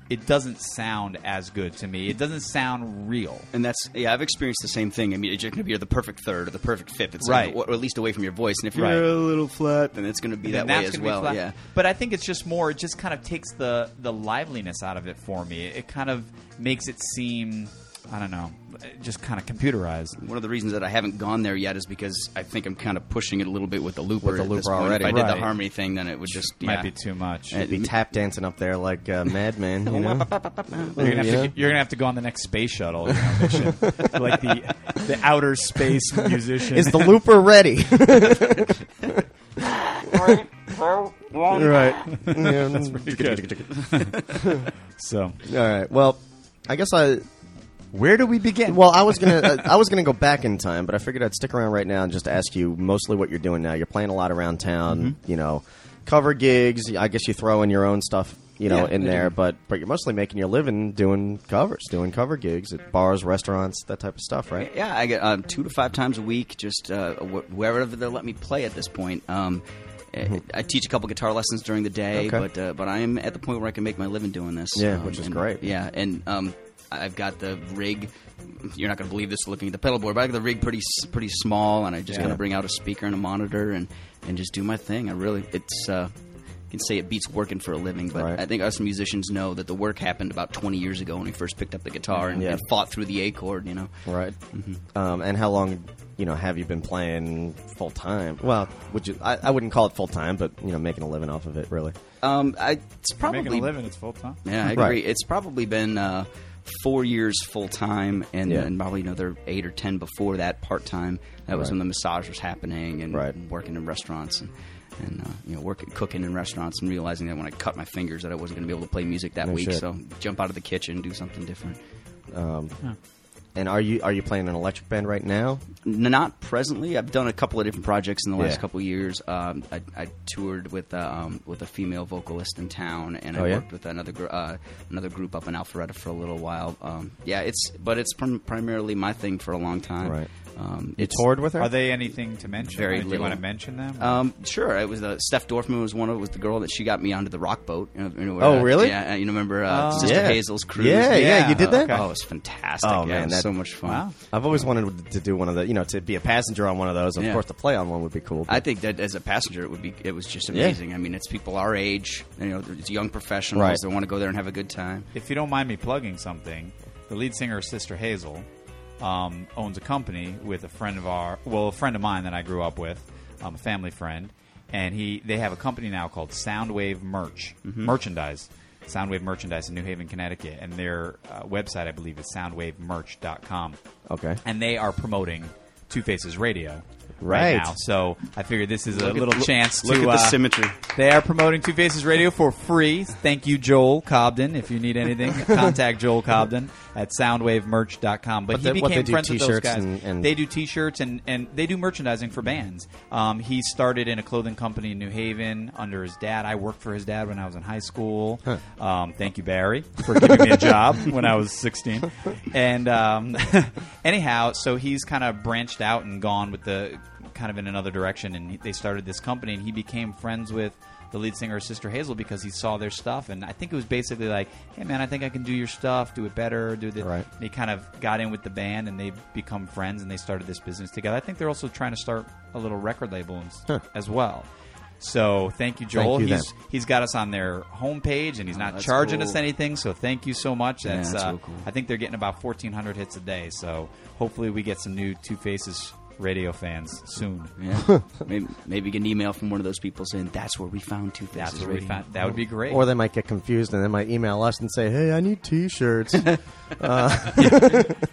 B: It doesn't sound as good to me. It doesn't sound real.
C: And that's yeah. I've experienced the same thing. I mean, you're going to be the perfect third or the perfect fifth. It's
B: Right.
C: Or at least away from your voice. And if you're
B: Right.
C: a little flat, then it's going to be that
B: then
C: way
B: that's gonna
C: as
B: be
C: well.
B: flat.
C: Yeah.
B: But I think it's just more. It just kind of takes the the liveliness out of it for me. It kind of makes it seem, I don't know, just kind of computerized.
C: One of the reasons that I haven't gone there yet is because I think I'm kind of pushing it a little bit with the looper.
A: the
C: at this
A: looper
C: point.
A: already.
C: If I did
B: Right.
C: the harmony thing, then it would just yeah.
B: Might be too much.
C: Uh,
B: You're
A: be tap dancing up there like uh, madman. You know?
B: gonna, have
A: Yeah.
B: to, you're gonna have to go on the next space shuttle you know, mission, like the the outer space musician.
A: Is the looper ready? right. Yeah.
B: so
A: All right. Well, I guess I.
B: where do we begin?
A: Well, I was gonna. uh, I was gonna go back in time, but I figured I'd stick around right now and just ask you mostly what you're doing now. You're playing a lot around town. You know, cover gigs. I guess you throw in your own stuff. You know,
C: Yeah,
A: in
C: I
A: there,
C: do.
A: but but you're mostly making your living doing covers, doing cover gigs at bars, restaurants, that type of stuff, right?
C: Yeah, I get um, two to five times a week, just uh, wh- wherever they let me play at this point. Um, I- I teach a couple guitar lessons during the day,
A: Mm-hmm. Okay.
C: but uh, but I am at the point where I can make my living doing this. Um,
A: Yeah, which is
C: and-
A: great.
C: Yeah, and um, I've got the rig. You're not going to believe this looking at the pedal board, but I got the rig pretty s- pretty small, and I just
A: Yeah.
C: kind of bring out a speaker and a monitor and and just do my thing. I really it's. Uh, I can say it beats working for a living, but
A: Right.
C: I think us musicians know that the work happened about 20 years ago when we first picked up the guitar and,
A: Yeah.
C: and fought through the A chord, you know.
A: Right. Um, and how long, you know, have you been playing full time? Well, would you? I, I wouldn't call it full time, but you know, making a living off of it, really.
C: Um, I, it's probably
B: making a living, it's full time.
C: Yeah, I agree.
A: Right.
C: It's probably been uh, four years full time, and,
A: Yeah.
C: and probably another eight or ten before that part time. That was
A: Right.
C: when the massage was happening, and
A: Right.
C: working in restaurants and. And uh, you know, working, cooking in restaurants, and realizing that when I cut my fingers, that I wasn't going to be able to play music that
A: No
C: week.
A: shit.
C: So jump out of the kitchen, do something different.
A: And are you are you playing an electric band right now?
C: N- Not presently. I've done a couple of different projects in the last
A: Yeah.
C: couple of years. Um, I, I toured with uh, um, with a female vocalist in town, and
A: Oh,
C: I
A: yeah?
C: worked with another gr- uh, another group up in Alpharetta for a little while. Um, yeah, it's but it's prim- primarily my thing for a long time.
A: Right.
C: Um,
A: You
C: it's
A: toured with her?
B: Are they anything to mention?
C: Very
B: Do you
C: little.
B: want to mention them?
C: Um, sure. It was uh, Steph Dorfman was one of was the girl that she got me onto the rock boat. You know, you know, where,
A: Oh,
C: uh,
A: really?
C: Yeah, you know, remember uh,
B: Oh.
C: Sister
A: Yeah.
C: Hazel's cruise?
A: Yeah, yeah,
B: you did
A: that?
C: Okay. Oh, it was fantastic.
A: Oh,
C: yeah,
A: man,
C: it was
A: that-
C: so much fun.
B: Wow.
A: I've always wanted to do one of the, you know, to be a passenger on one of those. Of
C: Yeah.
A: course, to play on one would be cool.
C: I think that as a passenger, it would be it was just amazing. I mean, it's people our age, you know, it's young professionals
A: Right.
C: that want to go there and have a good time.
B: if you don't mind me plugging something, the lead singer's sister Hazel um, owns a company with a friend of our, well, a friend of mine that I grew up with, um, a family friend, and he they have a company now called Soundwave Merch
C: Mm-hmm.
B: merchandise, Soundwave merchandise in New Haven, Connecticut, and their uh, website I believe is soundwavemerch.com.
A: Okay.
B: and they are promoting Two Faces Radio.
A: Right.
B: now, so I figured this is a
C: Look at-
B: little
C: look-
B: chance to
C: look at the
B: uh,
C: symmetry.
B: they are promoting Two Faces Radio for free. Thank you, Joel Cobden. If you need anything, contact Joel Cobden at soundwavemerch.com. But,
A: But
B: he
A: they-
B: became
A: what, they do
B: friends with those
A: t-shirts
B: guys.
A: and- and-
B: they do T-shirts and, and they do merchandising for bands. Um, he started in a clothing company in New Haven under his dad. I worked for his dad when I was in high school. Um, thank you, Barry, for giving me a job when I was 16. And um, anyhow, so he's kind of branched out and gone with the kind of in another direction. And he- they started this company, and he became friends with the lead singer, Sister Hazel, because he saw their stuff. And I think it was basically like, hey, man, I think I can do your stuff, do it better, do the.
A: Right.
B: And he kind of got in with the band, and they've become friends, and they started this business together. I think they're also trying to start a little record label and s-
A: Huh.
B: as well. So thank you, Joel.
A: you,
B: he's
A: then.
B: he's got us on their homepage, and he's not
C: Oh, that's
B: charging
C: cool.
B: us anything. So thank you so much.
C: Yeah,
B: That's,
C: that's
B: uh,
C: real cool.
B: I think they're getting about fourteen hundred hits a day. So hopefully we get some new Two Faces radio fans soon.
C: Yeah. maybe, maybe get an email from one of those people saying that's where we found Two Faces.
B: That's what we
C: Radio."
B: found. That would be great.
A: Or they might get confused and they might email us and say, "Hey, I need T-shirts, yeah,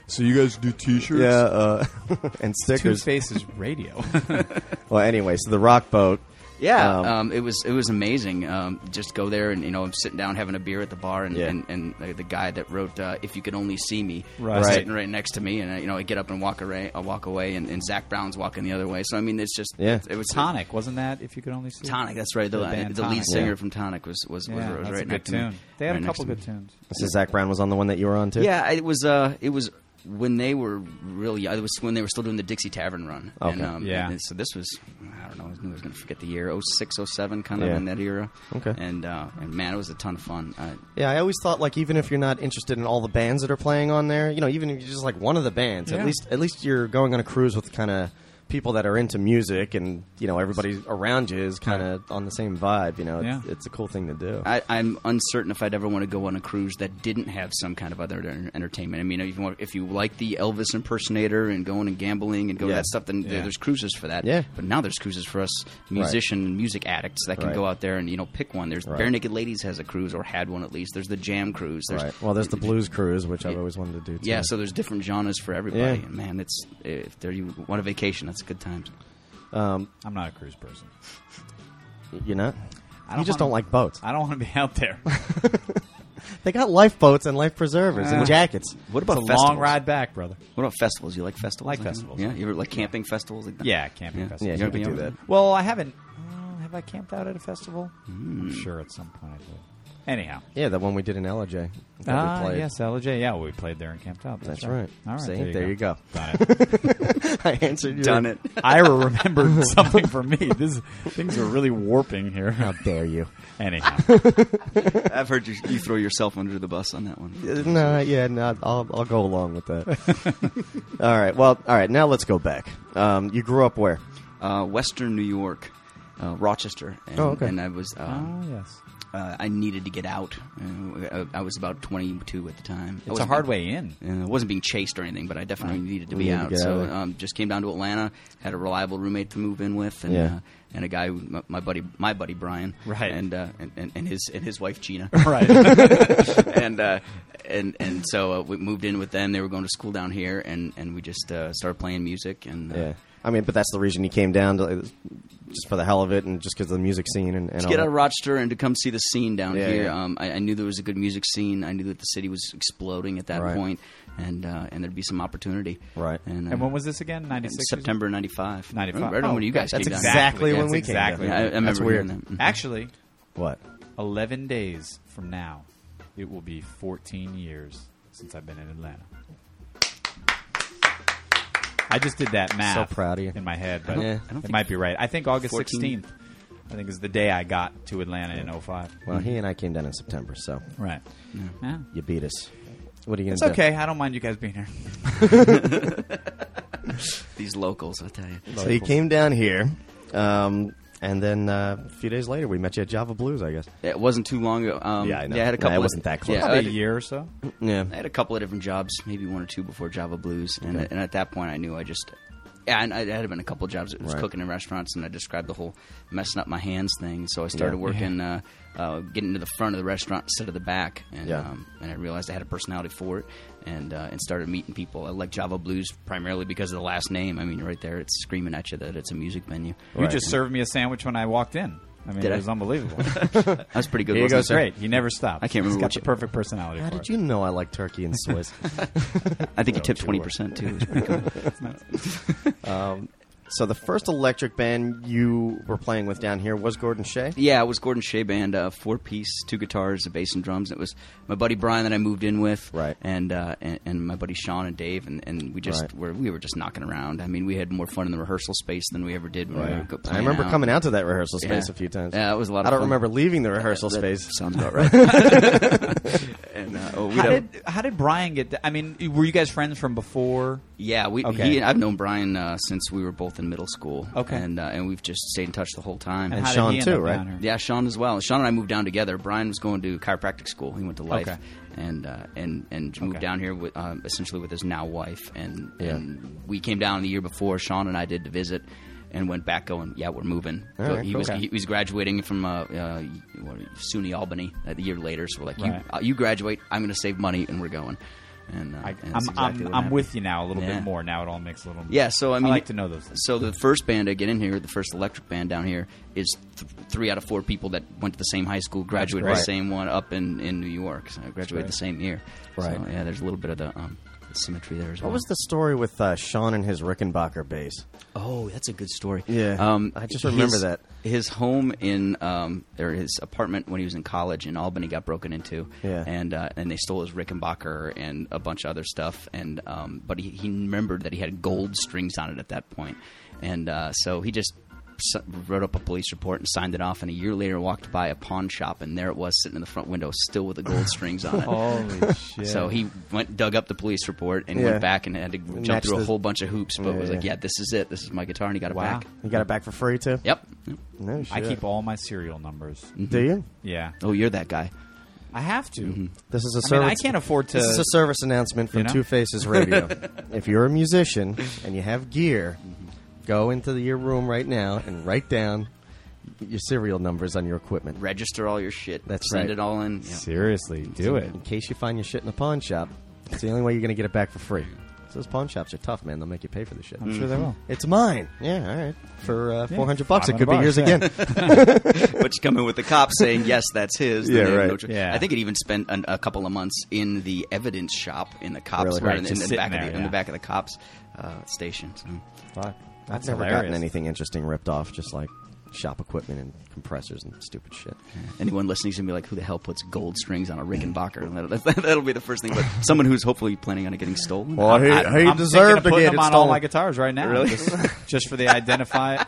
B: so you guys do T-shirts?
A: uh, and
B: Two
A: stickers."
B: Faces Radio.
A: Well, anyway, so the Rock Boat.
C: Yeah,
A: Um,
C: um, it was it was amazing. Um, just go there and you know I'm sitting down having a beer at the bar and
A: Yeah.
C: and, and the, the guy that wrote uh, "If You Could Only See Me"
B: Right.
C: was
A: Right.
C: sitting right next to me and I, you know I get up and walk away, I walk away and, and Zach Brown's walking the other way. So I mean it's just
A: Yeah.
C: it, it was
B: Tonic wasn't that? If you could only see
C: Tonic, that's right. The,
B: The
C: uh, the,
B: band
C: lead
B: Tonic.
C: singer
A: Yeah.
C: from Tonic was was, was,
B: Yeah,
C: was
B: that's
C: right
B: a good
C: next to me.
B: tune. They had
C: Right
B: a
C: next
B: couple
C: to me.
B: good tunes.
A: So Zach Brown was on the one that you were on too.
C: Yeah, it was. Uh, it was when they were really. It was when they were still doing the Dixie Tavern run. And,
A: Okay.
C: um,
B: Yeah.
C: and so this was. I don't know. I knew I was going to forget the year. 06, 07, kind
A: Yeah.
C: of in that era.
A: Okay.
C: And uh, and man, it was a ton of fun. Uh,
A: yeah. I always thought like even if you're not interested in all the bands that are playing on there, you know, even if you're just like one of the bands,
B: Yeah.
A: at least at least you're going on a cruise with kind of people that are into music and you know everybody around you is kind of on the same vibe. You know, it's,
B: Yeah.
A: it's a cool thing to do.
C: I, I'm uncertain if I'd ever want to go on a cruise that didn't have some kind of other en- entertainment. I mean, if you, want, if you like the Elvis impersonator and going and gambling and going
A: Yeah.
C: that stuff, then
B: Yeah.
C: there there's cruises for that.
A: Yeah.
C: But now there's cruises for us musician and music addicts that can
A: Right.
C: go out there and you know pick one. There's
A: Right.
C: Bare Naked Ladies has a cruise or had one at least. There's the Jam Cruise. There's,
A: right. Well, there's the blues cruise, which I've always wanted to do. Too.
C: yeah, so there's different genres for everybody.
A: Yeah.
C: And man, it's if there you want a vacation, that's good times.
B: I'm not a cruise person.
A: you're not.
B: I don't
A: you just
B: wanna-
A: don't like boats.
B: I don't want to be out there.
A: They got lifeboats and life preservers
B: Uh.
A: and jackets.
C: What
B: It's
C: about
B: a
C: festivals?
B: long ride back, brother.
C: What about festivals? You like festivals?
B: Like
C: that?
B: festivals.
C: Yeah, you ever like camping festivals? Like that?
B: Yeah, camping
C: Yeah.
B: festivals.
A: Yeah,
C: You
A: you
C: ever
A: could
C: been
A: do
C: out
A: that.
B: Well, I haven't. uh, have I camped out at a festival?
C: Hmm.
B: I'm sure at some point I did. Anyhow.
A: Yeah, the one we did in LJ. that we
B: Ah,
A: played.
B: yes, LJ. Yeah, we played there and camped out. That's,
A: That's right.
B: All right.
A: See,
B: there you
A: there you
B: go.
A: go.
B: Done it.
A: I answered you.
C: Done it.
B: Ira remembered something for me. This Things are really warping
A: How
B: here.
A: dare you?
B: Anyhow.
C: I've heard you, you throw yourself under the bus on that one.
A: No, yeah, no, I'll, I'll go along with that. all right, well, all right, now let's go back. Um, you grew up where?
C: Uh, Western New York, uh, Rochester, and,
A: Oh, okay.
C: and I was uh,
B: Oh, yes.
C: uh, I needed to get out. Uh, I I was about 22 at the time.
B: It's a hard way in.
C: Uh, I wasn't being chased or anything, but I definitely needed to
A: We
C: be
A: need to
C: out.
A: get out
C: so
A: of there.
C: um, just came down to Atlanta. Had a reliable roommate to move in with, and
A: Yeah.
C: uh, and a guy, who- my, my buddy, my buddy Brian,
B: Right.
C: and, uh, and and and his and his wife Gina,
B: Right.
C: and uh, and and so uh, we moved in with them. They were going to school down here, and and we just uh, started playing music. And uh,
A: Yeah. I mean, but that's the reason you came down, to, uh, just for the hell of it and just because of the music scene and, and
C: to
A: all
C: get
A: that.
C: out of Rochester and to come see the scene down
A: Yeah,
C: here.
A: yeah.
C: Um, I, I knew there was a good music scene. I knew that the city was exploding at that
A: Right.
C: point, and uh, and there'd be some opportunity.
A: Right.
C: And, uh,
B: and when was this again?
C: in
B: 96?
C: September '95.
B: 95.
C: Right
B: Oh,
C: on when you guys
A: that's
C: came
A: exact-
C: down.
A: Exactly when
B: That's
A: we came
B: exactly.
A: down.
C: Yeah, I, I remember
A: That's weird.
C: hearing that. Mm-hmm.
B: Actually,
A: What?
B: 11 days from now, it will be 14 years since I've been in Atlanta. I just did that math.
A: So proud of you.
B: In my head, but
A: don't- I
C: don't
B: it
C: think-
B: might be right. I think August
C: 14
B: 16th, I think, is the day I got to Atlanta in 05.
A: Well, he and I came down in September, so
B: Right. Yeah.
A: you beat us. What are you going
B: It's
A: to do?
B: okay. I don't mind you guys being here.
C: These locals, I tell you.
A: So you came down here. Um, And then uh, a few days later, we met you at Java Blues, I guess.
C: It wasn't too long ago. Um,
A: Yeah, I know.
C: I had
A: Yeah,
C: a couple.
A: it
C: of-
A: wasn't that close.
C: Yeah, uh, I
B: Probably
C: had,
B: a year or so.
A: Yeah.
C: I had a couple of different jobs, maybe one or two before Java Blues, and, and at that point, I knew I just. Yeah, and I it had been a couple of jobs. It was
A: Right.
C: cooking in restaurants, and I described the whole messing up my hands thing. So I started working, Uh, uh, getting to the front of the restaurant instead of the back, and
A: Yeah.
C: um, and I realized I had a personality for it, and uh, and started meeting people. I like Java Blues primarily because of the last name. I mean, right there, it's screaming at you that it's a music venue.
B: You just served me a sandwich when I walked in. I mean,
C: Did
B: it
C: I?
B: was unbelievable.
C: That's pretty good.
A: Here you go,
C: wasn't it?
A: sir.
B: Great. He never stopped.
C: I can't
B: He's
C: remember
B: got
C: what
B: the
C: you-
B: perfect personality
A: How
B: for
A: did you know I like turkey and Swiss?
C: I think you tipped
A: too
C: twenty
A: much.
C: percent too. It was pretty good.
A: so the first electric band you were playing with down here was Gordon Shea.
C: Yeah, it was Gordon Shea band, uh, four piece, two guitars, a bass and drums. It was my buddy Brian that I moved in with,
A: Right.
C: And uh, and, and my buddy Sean and Dave, and, and we just
A: Right.
C: were we were just knocking around. I mean, we had more fun in the rehearsal space than we ever did when we were go-
A: I
C: playing
A: remember
C: out.
A: coming out to that rehearsal
C: Yeah.
A: space a few times.
C: Yeah, it was a lot. Of
A: I don't
C: fun.
A: remember leaving the rehearsal
C: That
A: space.
C: Sounds about right. and uh, oh, we
B: How did, how did Brian get that? I mean, were you guys friends from before?
C: Yeah, we.
B: Okay.
C: He, I've known Brian uh, since we were both in middle school.
B: Okay.
C: and uh, and we've just stayed in touch the whole time.
A: And
B: how
A: Sean
B: did he end
A: too,
B: up
A: right?
B: down here?
C: Yeah, Sean as well. Sean and I moved down together. Brian was going to chiropractic school. He went to life
B: Okay.
C: and uh, and and moved
B: Okay.
C: down here with um, essentially with his now wife. And
A: Yeah.
C: and we came down the year before. Sean and I did to visit. And went back going, yeah, we're moving.
A: All
C: So
A: right,
C: he,
A: cool.
C: was,
A: Okay.
C: he was graduating from uh, uh, what, SUNY Albany a year later. So we're like,
B: Right.
C: you, uh, you graduate, I'm going to save money, and we're going. And, uh,
B: I,
C: and
B: I'm,
C: that's exactly
B: I'm,
C: what
B: I'm
C: happened.
B: with you now a little
C: Yeah.
B: bit more. Now it all makes a little.
C: Yeah, so I mean,
B: like to know those things.
C: So the first band to get in here, the first electric band down here, is th- three out of four people that went to the same high school, graduated the
A: great.
C: same one up in, in New York. So I graduated the same year.
A: Right.
C: So, yeah, there's a little bit of the um, symmetry there as well.
A: What was the story with uh, Sean and his Rickenbacker bass?
C: Oh, that's a good story. Um,
A: Yeah, I just remember
C: his-
A: that.
C: his home in um, or his apartment when he was in college in Albany got broken into.
A: Yeah.
C: and uh, and they stole his Rickenbacker and a bunch of other stuff. And um, but he, he remembered that he had gold strings on it at that point, and uh, so he just. s- Wrote up a police report and signed it off, and a year later walked by a pawn shop, and there it was sitting in the front window, still with the gold strings on it.
A: Oh,
B: Holy shit!
C: So he went, dug up the police report, and
A: Yeah.
C: went back and had to jump
A: Match
C: through a
A: the-
C: whole bunch of hoops. But
A: Yeah,
C: was like,
A: yeah.
C: "Yeah, this is it. This is my guitar," and he got it
B: Wow.
C: back.
A: You got it back for free too.
C: Yep.
A: No shit.
B: I keep all my serial numbers.
C: Mm-hmm.
A: Do you?
B: Yeah,
C: Oh, you're that guy.
B: I have to.
C: Mm-hmm.
A: This is a
B: I
A: service.
B: mean, I can't afford to.
A: This is a service announcement from
B: You know?
A: Two Faces Radio. if you're a musician and you have gear, go into the- your room right now and write down your serial numbers on your equipment.
C: Register all your shit.
A: That's
C: Send
A: right.
C: it all in. Yeah.
B: Seriously, do it.
A: In case you find your shit in a pawn shop, it's the only way you're going to get it back for free. So those pawn shops are tough, man. They'll make you pay for the shit.
B: I'm sure they will.
A: It's mine. Yeah, all right. For uh,
B: Yeah,
A: 400 bucks, it
B: 500
A: could be
B: bucks,
A: yours
B: yeah.
A: again.
C: but you come in with the cop saying, "Yes, that's his." then
A: Yeah,
C: they have
A: right.
C: no choice.
B: Yeah.
C: I think it even spent an, a couple of months in the evidence shop in the cops,
A: Really?
C: or
A: Right,
C: in,
B: just
C: in the
B: sitting
C: back of
B: there,
C: the, in the
B: yeah.
C: back of the cops uh, station. So.
A: I've never gotten
B: hilarious.
A: anything interesting ripped off, just like shop equipment and compressors and stupid shit.
C: Anyone listening's gonna be like, "Who the hell puts gold strings on a Rickenbacker?" And that'll, that'll be the first thing. But someone who's hopefully planning on it getting stolen.
A: he,
B: I'm thinking of putting them on all my guitars right now, just, just for the identify,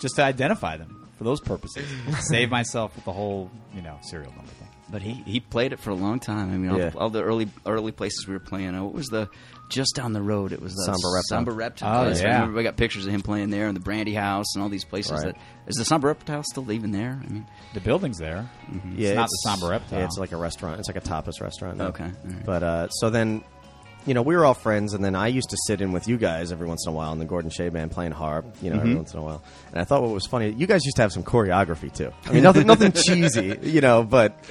B: just to identify them for those purposes. Save myself with the whole, you know, serial number thing.
C: But he, he played it for a long time. I mean, all,
A: Yeah.
C: the, all the early early places we were playing. uh, What was the just down the road? It was the
A: Samba Reptile.
C: Samba Reptile.
B: Oh,
C: That's
B: yeah.
C: right. I remember we got pictures of him playing there, and the Brandy House, and all these places.
A: Right.
C: That is the Samba Reptile still even there? I mean,
B: The building's there.
A: Yeah,
C: Mm-hmm.
B: It's not the Samba Reptile.
A: yeah, it's like a restaurant. It's like a tapas restaurant. now.
C: Okay, all right.
A: But uh, so then, you know, we were all friends, and then I used to sit in with you guys every once in a while in the Gordon Shea band playing harp, you know, every
C: Mm-hmm.
A: once in a while. And I thought what was funny, you guys used to have some choreography too. I mean, nothing, nothing cheesy, you know, but.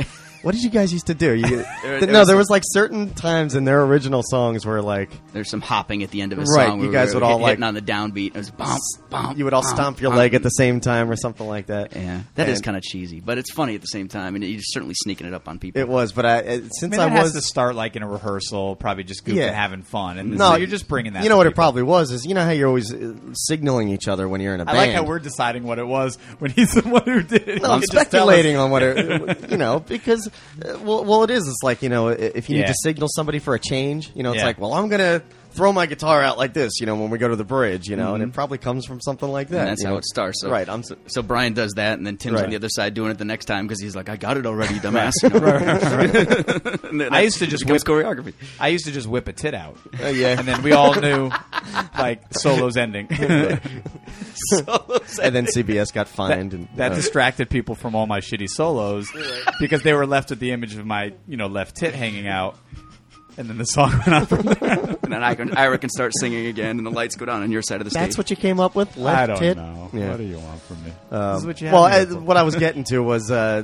A: What did you guys used to do? You,
C: it
A: no,
C: was-
A: there was like certain times in their original songs where like
C: there's some hopping at the end of a
A: Right,
C: song.
A: you
C: where
A: guys
C: we
A: would
C: were
A: all,
C: hit- hitting
A: like-
C: on the downbeat. It was bump, bump.
A: you would all
C: bump,
A: stomp your
C: bump.
A: leg at the same time or something like that.
C: Yeah, that is
A: And
C: kind of cheesy, but it's funny at the same time, and you're certainly sneaking it up on people.
A: It was, but I uh,
B: I
A: since
B: mean,
A: I,
B: that has
A: was
B: to start like in a rehearsal, probably just goofing,
A: Yeah.
B: having fun, and
A: No,
B: so you're just bringing that.
A: You know
B: to
A: what it
B: people.
A: probably was is you know how you're always uh, signaling each other when you're in a
B: I
A: band.
B: like how we're deciding what it was when he's the one who did it.
A: No,
B: He
A: I'm
B: could just tell
A: speculating
B: us.
A: on what it, you know, because uh, well, well, it is. It's like you know, i- if you need
B: Yeah.
A: to signal somebody for a change, you know, it's
B: Yeah.
A: like, well, I'm gonna throw my guitar out like this, you know, when we go to the bridge, you know,
B: Mm-hmm.
A: and it probably comes from something like that.
C: And that's
A: you
C: how
A: know?
C: it starts. So,
A: right. I'm so,
C: so Brian does that, and then Tim's
A: Right.
C: on the other side doing it the next time because he's like, "I got it already, dumbass." You know? And that
B: I used to just
C: becomes
B: whip-
C: choreography.
B: I used to just whip a tit out,
A: uh, yeah.
B: and then we all knew like solo's ending.
A: and then CBS got fined. and
B: that
A: uh,
B: distracted people from all my shitty solos because they were left with the image of my you know left tit hanging out, and then the song went on from there.
C: And then I can, Ira can start singing again, and the lights go down on your side of the stage.
A: that's what you came up with. Left
B: I don't
A: tit?
B: know.
A: Yeah.
B: What do you want from me?
A: Um,
B: this is what you have.
A: well,
B: me
A: I,
B: here for.
A: what I was getting to was uh,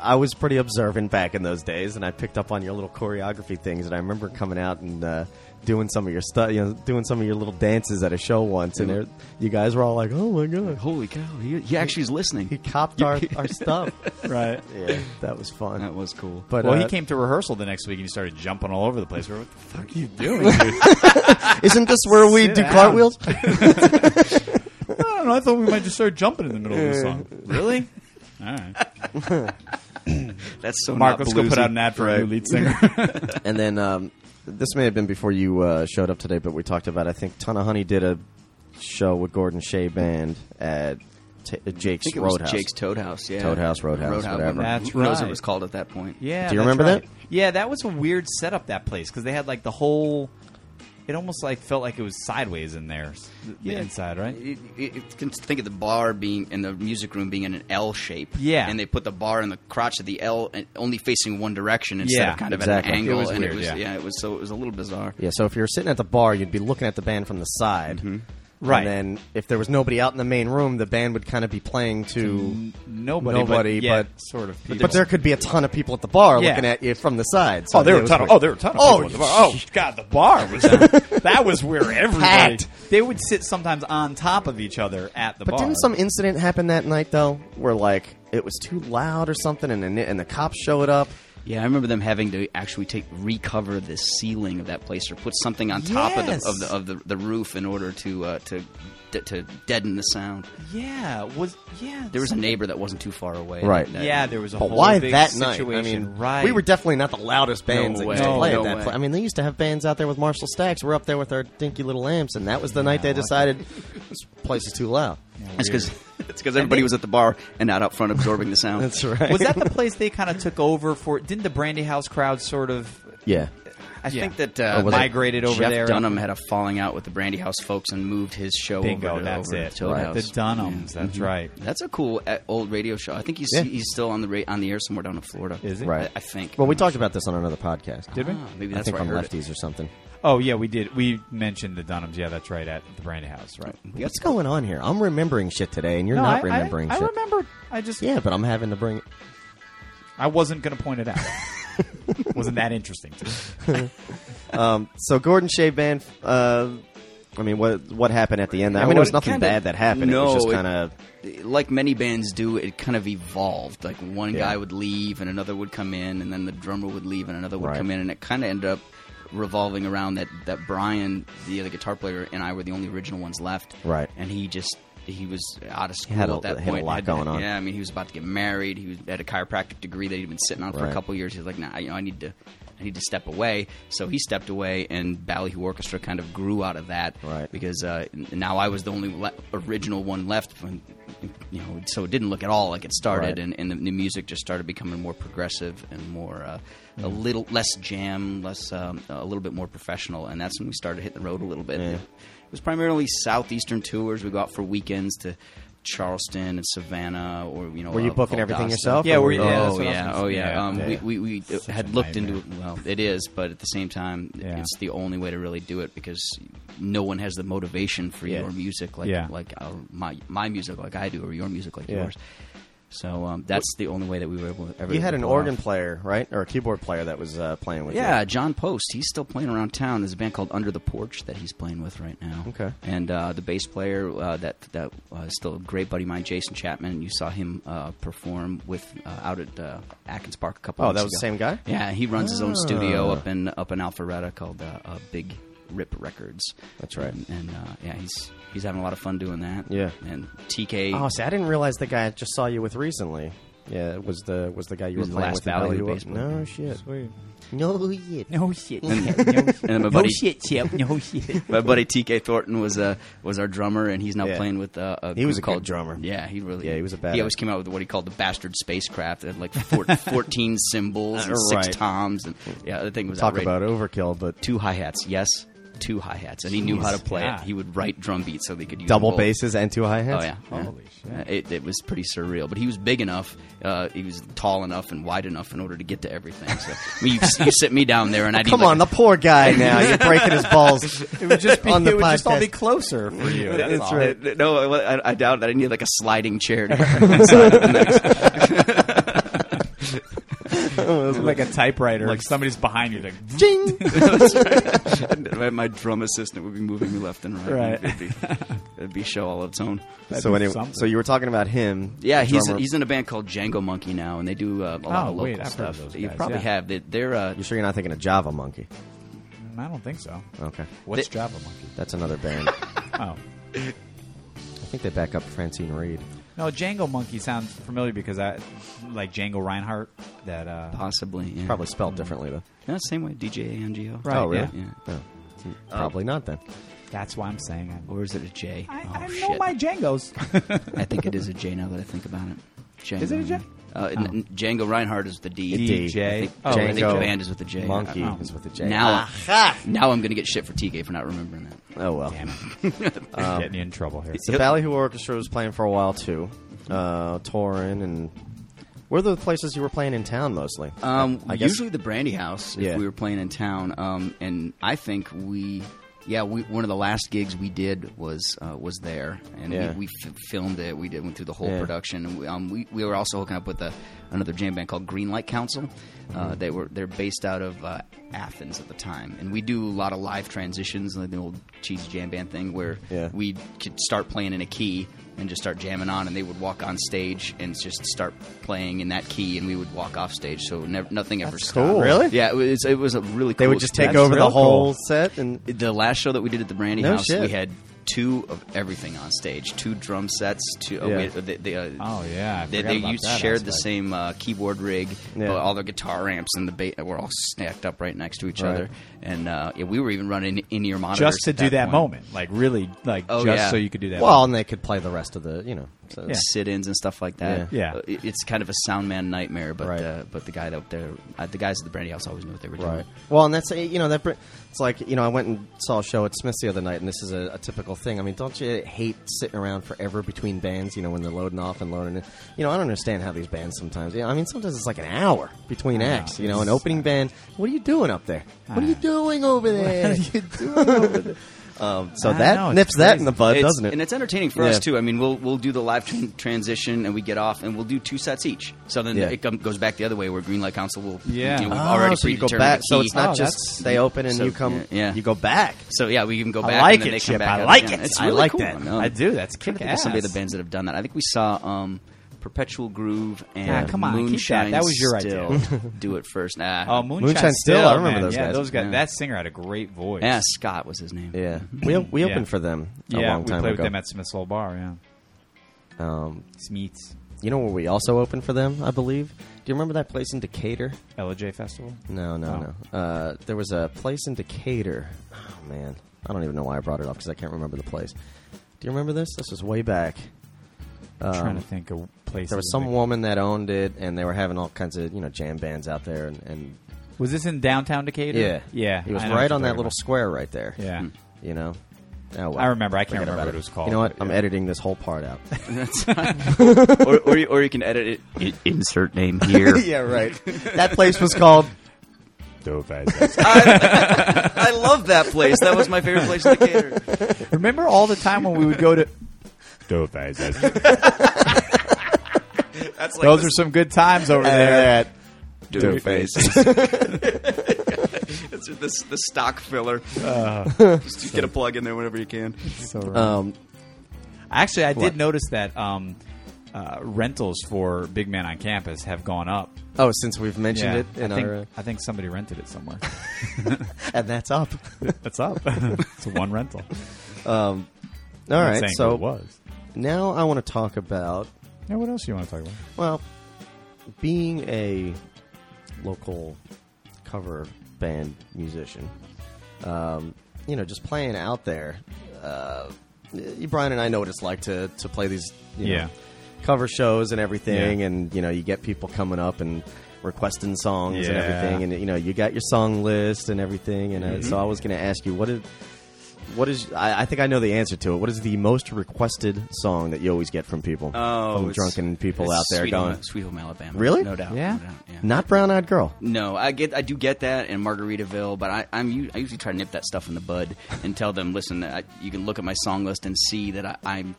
A: I was pretty observant back in those days, and I picked up on your little choreography things. And I remember coming out and uh, doing some of your stuff, you know, doing some of your little dances at a show once, and it, you guys were all like, "Oh my god,
C: Holy cow! He, he actually is
A: he
C: listening.
A: copped our, our stuff."
B: right.
A: Yeah, that was fun.
C: That was cool.
A: but
B: well,
A: uh,
B: he came to rehearsal the next week and he started jumping all over the place. We were, what the fuck are you doing?
A: Isn't this where we
B: Sit
A: do
B: down.
A: cartwheels?
B: I don't know. I thought we might just start jumping in the middle of the song. Really? All right.
C: that's so
B: Mark,
C: not
B: let's go put
C: bluesy.
B: out an ad for a new lead singer.
A: and then um, this may have been before you uh, showed up today, but we talked about. I think Ton of Honey did a show with Gordon Shea Band at t- Jake's
C: I think it was
A: Roadhouse.
C: Jake's Toad House. Yeah,
A: Toad House, Roadhouse, whatever.
B: That's
C: Who knows what
B: right.
C: it was called at that point?
B: yeah.
A: Do you
B: that's
A: remember
B: right.
A: that?
B: Yeah, that was a weird setup that place because they had like the whole. It almost like felt like it was sideways in there, s- the
C: Yeah.
B: inside, right?
C: You, you- you can think of the bar being and the music room being in an L shape.
B: Yeah.
C: and they put the bar in the crotch of the L, and only facing one direction instead
B: Yeah,
C: of kind of
A: exactly.
C: at an angle.
B: It was
C: and
B: weird,
C: it was,
B: yeah.
C: it was so it was a little bizarre.
A: Yeah, so if you were sitting at the bar, you'd be looking at the band from the side.
B: Mm-hmm. Right.
A: And then if there was nobody out in the main room, the band would kind of be playing to.
B: Nobody,
A: Nobody,
B: but, yet
A: but-
B: sort of. People.
A: But there could be a ton of people at the bar
B: Yeah.
A: looking at you from the side. So
B: Oh, there
A: it
B: were a
A: was
B: ton of,
A: weird.
B: oh, there were a ton of
A: Oh,
B: people. at the bar. Oh, God, the bar was that was where everybody.
A: Packed.
B: They would sit sometimes on top of each other at the
A: But
B: bar.
A: didn't some incident happen that night though, where like it was too loud or something, and the, and the cops showed up?
C: Yeah, I remember them having to actually take recover the ceiling of that place or put something on top
B: Yes.
C: of the of the, of the, the roof in order to uh, to d- to deaden the sound.
B: Yeah, was yeah.
C: There was a
B: some-
C: neighbor that wasn't too far away.
A: Right.
C: That-
B: Yeah, there was a
A: But
B: whole
A: why
B: big
A: that night?
B: situation.
A: I mean,
B: right?
A: we were definitely not the loudest bands that used to
C: way.
A: play
C: No
A: at that.
C: way.
A: Pl- I mean, they used to have bands out there with Marshall Stacks. We're up there with our dinky little amps, and that was the night they decided this place is too loud.
C: That's because everybody was at the bar and not out front absorbing the sound.
A: That's right.
B: was that the place they kind of took over for? Didn't the Brandy House crowd sort of?
A: Yeah.
C: I
B: Yeah.
C: think that uh,
A: Oh, was it?
B: Migrated over
C: Jeff
B: there.
C: Dunham had a falling out with the Brandy House folks and moved his show
B: Bingo,
C: over to,
B: that's
C: over
B: it.
C: to Toad
A: Right.
B: The
C: House. Mm-hmm.
B: Dunhams, that's
A: Mm-hmm.
B: right.
C: That's a cool uh, old radio show. I think he's
A: Yeah.
C: he's still on the ra- on the air somewhere down in Florida.
B: Is he?
A: Right.
C: I, I think.
A: Well, we talked about this on another podcast.
B: Did we?
C: Ah, maybe
A: I
C: that's
A: think
C: where I
A: on
C: heard it.
A: lefties or something.
B: Oh yeah, we did. We mentioned the Dunhams. Yeah, that's right at the Brandy House, right?
A: What's going on here? I'm remembering shit today, and you're
B: No, I-
A: not
B: I-
A: remembering
B: I,
A: shit.
B: remembered. I just
A: Yeah, but I'm having to bring.
B: I wasn't going to point it out. wasn't that interesting? To me.
A: So Gordon Shea band. Uh, I mean, what what happened at the end? I mean,
C: what
A: it was
C: it
A: nothing
C: kinda-
A: bad that happened. it
C: No,
A: was just
C: it-
A: kind of.
C: like many bands do, it kind of evolved. Like one
A: Yeah.
C: guy would leave and another would come in, and then the drummer would leave and another would
A: Right.
C: come in, and it kind of ended up revolving around that that Brian, the other guitar player, and I were the only original ones left.
A: Right.
C: and he just. He was out of school
A: had a-
C: at that
A: had a
C: point.
A: lot
C: Had-
A: going on.
C: Yeah, I mean, he was about to get married. He was, had a chiropractic degree that he'd been sitting on for
A: Right.
C: a couple years. He's like, "Nah, you know, I need to, I need to step away." So he stepped away, and Ballyhoo Orchestra kind of grew out of that
A: Right.
C: because uh, n- now I was the only le- original one left. When, you know, so it didn't look at all like it started,
A: Right.
C: and, and the, the music just started becoming more progressive and more uh, a little less jam, less um, a little bit more professional. And that's when we started hitting the road a little bit.
A: Yeah.
C: It was primarily southeastern tours. We go out for weekends to Charleston and Savannah, or you know,
A: Were you
C: uh,
A: booking everything
C: Valdosta.
A: yourself,
B: Yeah, or were you-
C: Oh
B: yeah,
C: yeah,
B: that's
C: oh
B: what I was gonna say.
C: yeah.
B: Yeah,
C: Um,
B: yeah, yeah.
C: We, we, we uh,
B: a
C: had looked into
B: nightmare.
C: it well, it is, but at the same time,
B: Yeah.
C: it's the only way to really do it because no one has the motivation for your music like
B: Yeah.
C: like uh, my my music like I do or your music like
A: Yeah.
C: yours. So um, that's the only way that we were able. to Ever
A: You had an
C: pull it
A: organ
C: off.
A: player, right, or a keyboard player that was uh, playing with
C: Yeah,
A: you.
C: John Post. He's still playing around town. There's a band called Under the Porch that he's playing with right now.
A: Okay.
C: And uh, the bass player uh, that that uh, is still a great buddy of mine, Jason Chapman. You saw him uh, perform with uh, out at uh, Atkins Park a couple.
A: Oh,
C: weeks
A: that was the
C: ago.
A: same guy?
C: Yeah, he runs his own studio
A: Ah.
C: up in up in Alpharetta called uh, uh, Big Rip Records.
A: That's right.
C: And, and, uh, yeah, he's he's having a lot of fun doing that.
A: Yeah.
C: And TK.
A: Oh, see, I didn't realize the guy I just saw you with recently Yeah, was the was the guy you
C: It was
A: were
C: the
A: playing
C: last
A: with the
C: Valley
A: belly
C: of
A: wa-
C: baseball.
A: No shit. No shit.
B: No shit.
C: And then my buddy,
B: Chip. No shit.
C: my buddy TK Thornton was uh, was our drummer, and he's now
A: Yeah.
C: playing with uh, a
A: He was
C: group
A: a good
C: called
A: drummer.
C: Yeah, he really.
A: Yeah, he was a
C: He
A: badass.
C: always came out with what he called the bastard spacecraft, and like four, fourteen cymbals and six
A: Right.
C: toms, and yeah, the thing was
A: Talk
C: outrageous.
A: about overkill, but
C: two hi hats. Yes, two hi hats, and he knew how to play
B: yeah.
C: it. He would write drum beats so they could use
A: double
C: both.
A: basses and two hi hats.
C: Oh yeah, holy shit! It, it was pretty surreal, but he was big enough, uh, he was tall enough, and wide enough in order to get to everything. So I mean, you, you sit me down there, and I'd eat,
A: Come
C: like,
A: on, the poor guy. Now you're breaking his balls. It would just on the
B: it would just all
A: podcast.
B: be closer for you. That's
A: That's
B: all.
A: right.
C: No, I, I- I doubt that. I need like a sliding chair. To get from one side to the next.
B: It's like a typewriter. Like somebody's behind you. Like,
A: Jing.
C: My- My drum assistant would be moving me left and right.
B: Right.
C: It'd be, it'd be show all its own.
A: so
B: be
A: anyway,
B: something.
A: so you were talking about him.
C: Yeah,
A: the
C: he's
A: drummer.
C: he's in a band called Django Monkey now, and they do uh, a lot of
B: Oh,
C: local
B: wait, I've heard of
C: stuff.
B: those
C: you
B: guys,
C: probably
B: yeah.
C: have. They, they're uh,
A: You're sure you're not thinking of Java Monkey?
B: "Mm, I don't think so.
A: Okay,
B: What's
C: They-
B: Java Monkey?
A: that's another band. I
B: Oh.
A: think they back up Francine Reed.
B: No, Django Monkey sounds familiar because I like Django Reinhardt. That uh,
C: possibly yeah.
A: Probably spelled differently though.
C: Yeah, same way D J A N G O.
B: Right,
A: oh really?
B: yeah.
A: Oh. Probably not then.
B: that's why I'm saying it.
C: Or is it a J?
B: I,
C: oh
B: I
C: shit!
B: know my Django's.
C: I think it is a J now that I think about it. Django.
B: Is it a J?
C: Uh, n- n- Django Reinhardt is with the D.
B: D. J.
C: I think,
B: Oh,
C: I think
A: Django
C: the band is with the J. Uh, Ah,
A: Monkey
B: Oh.
A: is with the J.
C: Now, now I'm going to get shit for TK for not remembering that.
A: oh well.
B: Damn it. getting you in trouble here.
A: The Ballyhoo Orchestra was playing for a while too.
C: Mm-hmm.
A: Uh, Torin and were the places you were playing in town mostly?
C: Um,
A: I guess-
C: usually the Brandy House if
A: Yeah.
C: we were playing in town, um, and I think we, yeah, we, one of the last gigs we did was uh, was there, and
A: Yeah.
C: we, we f- filmed it. We did went through the whole
A: Yeah.
C: production. And we, um, we we were also hooking up with a, another jam band called Greenlight Council.
A: Mm-hmm.
C: Uh, they were they're based out of uh, Athens at the time, and we do a lot of live transitions, like the old cheesy jam band thing where
A: Yeah.
C: we could start playing in a key and just start jamming on, and they would walk on stage and just start playing in that key, and we would walk off stage. So never, nothing ever stopped.
A: cool. Really?
C: Yeah, it was, it was a really. cool
A: they would just take
C: experience.
A: over the
B: real
A: whole set and
C: The last show that we did at the Brandy
A: No
C: House,
A: shit.
C: we had two of everything on stage: two drum sets, two. uh,
A: Yeah.
C: we- uh, they, they, uh,
B: Oh, yeah, I
C: they,
B: forgot
C: they
B: about
C: used,
B: that
C: shared the
B: aspect.
C: same uh, keyboard rig,
A: Yeah.
C: but all their guitar amps and the ba- were all stacked up right next to each
A: Right.
C: other, and uh, yeah, we were even running in-ear monitors
B: just to
C: at
B: do that
C: point.
B: moment, like really, like
C: Oh,
B: just
C: yeah.
B: so you could do that.
A: well, and they could play the rest of the you know. So
B: Yeah.
C: sit-ins and stuff like that.
B: Yeah. Yeah.
C: Uh, it- it's kind of a sound man nightmare. But
A: Right.
C: uh, but the guy up there, uh, the guys at the Brandy House always knew what they were
A: Right.
C: doing.
A: Well, and that's uh, you know that br- it's like you know I went and saw a show at Smith's the other night, and this is a, a typical thing. I mean, don't you hate sitting around forever between bands? You know, when they're loading off and loading in. You know, I don't understand how these bands sometimes. You know, I mean, sometimes it's like an hour between acts. You know, an opening band. What are you doing up there? What are you doing over there? What are you doing over there? Um, so
B: I
A: that
B: know, it's
A: nips that in
B: crazy.
A: the bud,
C: It's-
A: doesn't it?
C: And it's entertaining for
A: Yeah.
C: us too. I mean, we'll we'll do the live tran transition and we get off and we'll do two sets each. So then
A: Yeah.
C: it com- goes back the other way where Greenlight Council will
B: Yeah.
C: you know, we've
A: Oh,
C: already
A: so you go
C: predetermined
A: back.
C: the
A: So it's
C: key.
A: not
B: Oh, that's-
A: just they open and
C: so,
A: you come.
C: yeah, yeah.
A: you go back.
C: So yeah, we can go back.
B: like
C: and then
B: it,
C: they
B: Chip.
C: Come back
B: I
C: up.
B: like
C: Yeah,
B: it.
C: It's
B: I
C: really
B: like
C: cool.
B: that.
C: know.
B: I do. That's
C: Trying to think of some of the
B: kick-ass.
C: bands that have done that. I think we saw um, Perpetual Groove and
B: Ah, come on, keep that.
C: Moonshine.
B: That was your idea.
C: still. Do it first. Nah.
B: Oh, Moonshine,
A: Moonshine Still,
B: Still,
A: I remember
B: man.
A: those
B: yeah,
A: guys.
B: Those guys.
C: Yeah.
B: That singer had a great voice.
C: yeah, Scott was his name.
A: Yeah, we we
B: Yeah.
A: opened for them a
B: yeah.
A: long
B: we
A: time
B: played
A: ago.
B: with them at Smith's Old Bar. Yeah,
A: um,
B: Smeets,
A: You know where we also opened for them, I believe? Do you remember that place in Decatur?
B: Ella J Festival.
A: No, no, no. Uh, there was a place in Decatur. Oh, man. I don't even know why I brought it up because I can't remember the place. Do you remember this? This was way back.
B: I'm trying
A: Um,
B: to think of places.
A: There was some
B: like-
A: woman that owned it, and they were having all kinds of, you know, jam bands out there. And, and
B: Was this in downtown Decatur?
A: yeah.
B: yeah.
A: It was
B: I know
A: right
B: what
A: on
B: you're
A: that little Hmm.
B: talking
A: square right there.
B: about. Yeah,
A: You know? Oh, well.
B: I remember. I
A: Forget
B: can't remember
A: about
B: what it was called.
A: You know what?
B: but
A: I'm
B: yeah.
A: editing this whole part out.
C: or, or, you, or you can edit it. Insert name here.
A: yeah, right. That place was called.
C: I love that place. That was my favorite place in Decatur.
B: Remember all the time when we would go to.
C: That's like
B: Those are some good times over there.
A: that.
C: dough faces. That's the, the stock filler.
A: Uh,
C: Just get a plug in there whenever you can.
A: Um,
B: Actually, I did
A: What?
B: notice that um, uh, rentals for Big Man on Campus have gone up.
A: oh, since we've mentioned it in
B: I think,
A: our. uh,
B: I think somebody rented it somewhere.
A: and that's up.
B: That's up. it's one rental.
A: All
B: Not
A: right,
B: saying who
A: so
B: it was.
A: now I want to talk about
B: Yeah, what else do you want to talk about?
A: well, being a local cover band musician, um, you know, just playing out there, uh, y- Brian and I know what it's like to, to play these you know,
B: Yeah.
A: cover shows and everything,
B: Yeah.
A: and you know, you get people coming up and requesting songs and
B: Yeah.
A: everything, and you know, you got your song list and everything, and
B: Mm-hmm.
A: uh, so I was going to ask you what is what is I, I think I know the answer to it. What is the most requested song that you always get from people?
C: Oh,
A: from
C: it's-
A: drunken people
C: It's
A: out there
C: Sweet
A: going,
C: Home, Sweet Home Alabama.
A: Really?
C: No doubt.
B: Yeah.
C: No, doubt, yeah.
A: not brown eyed girl.
C: No, I get, I do get that in Margaritaville, but I, I'm, u- I usually try to nip that stuff in the bud and tell them, listen, I, you can look at my song list and see that I, I'm,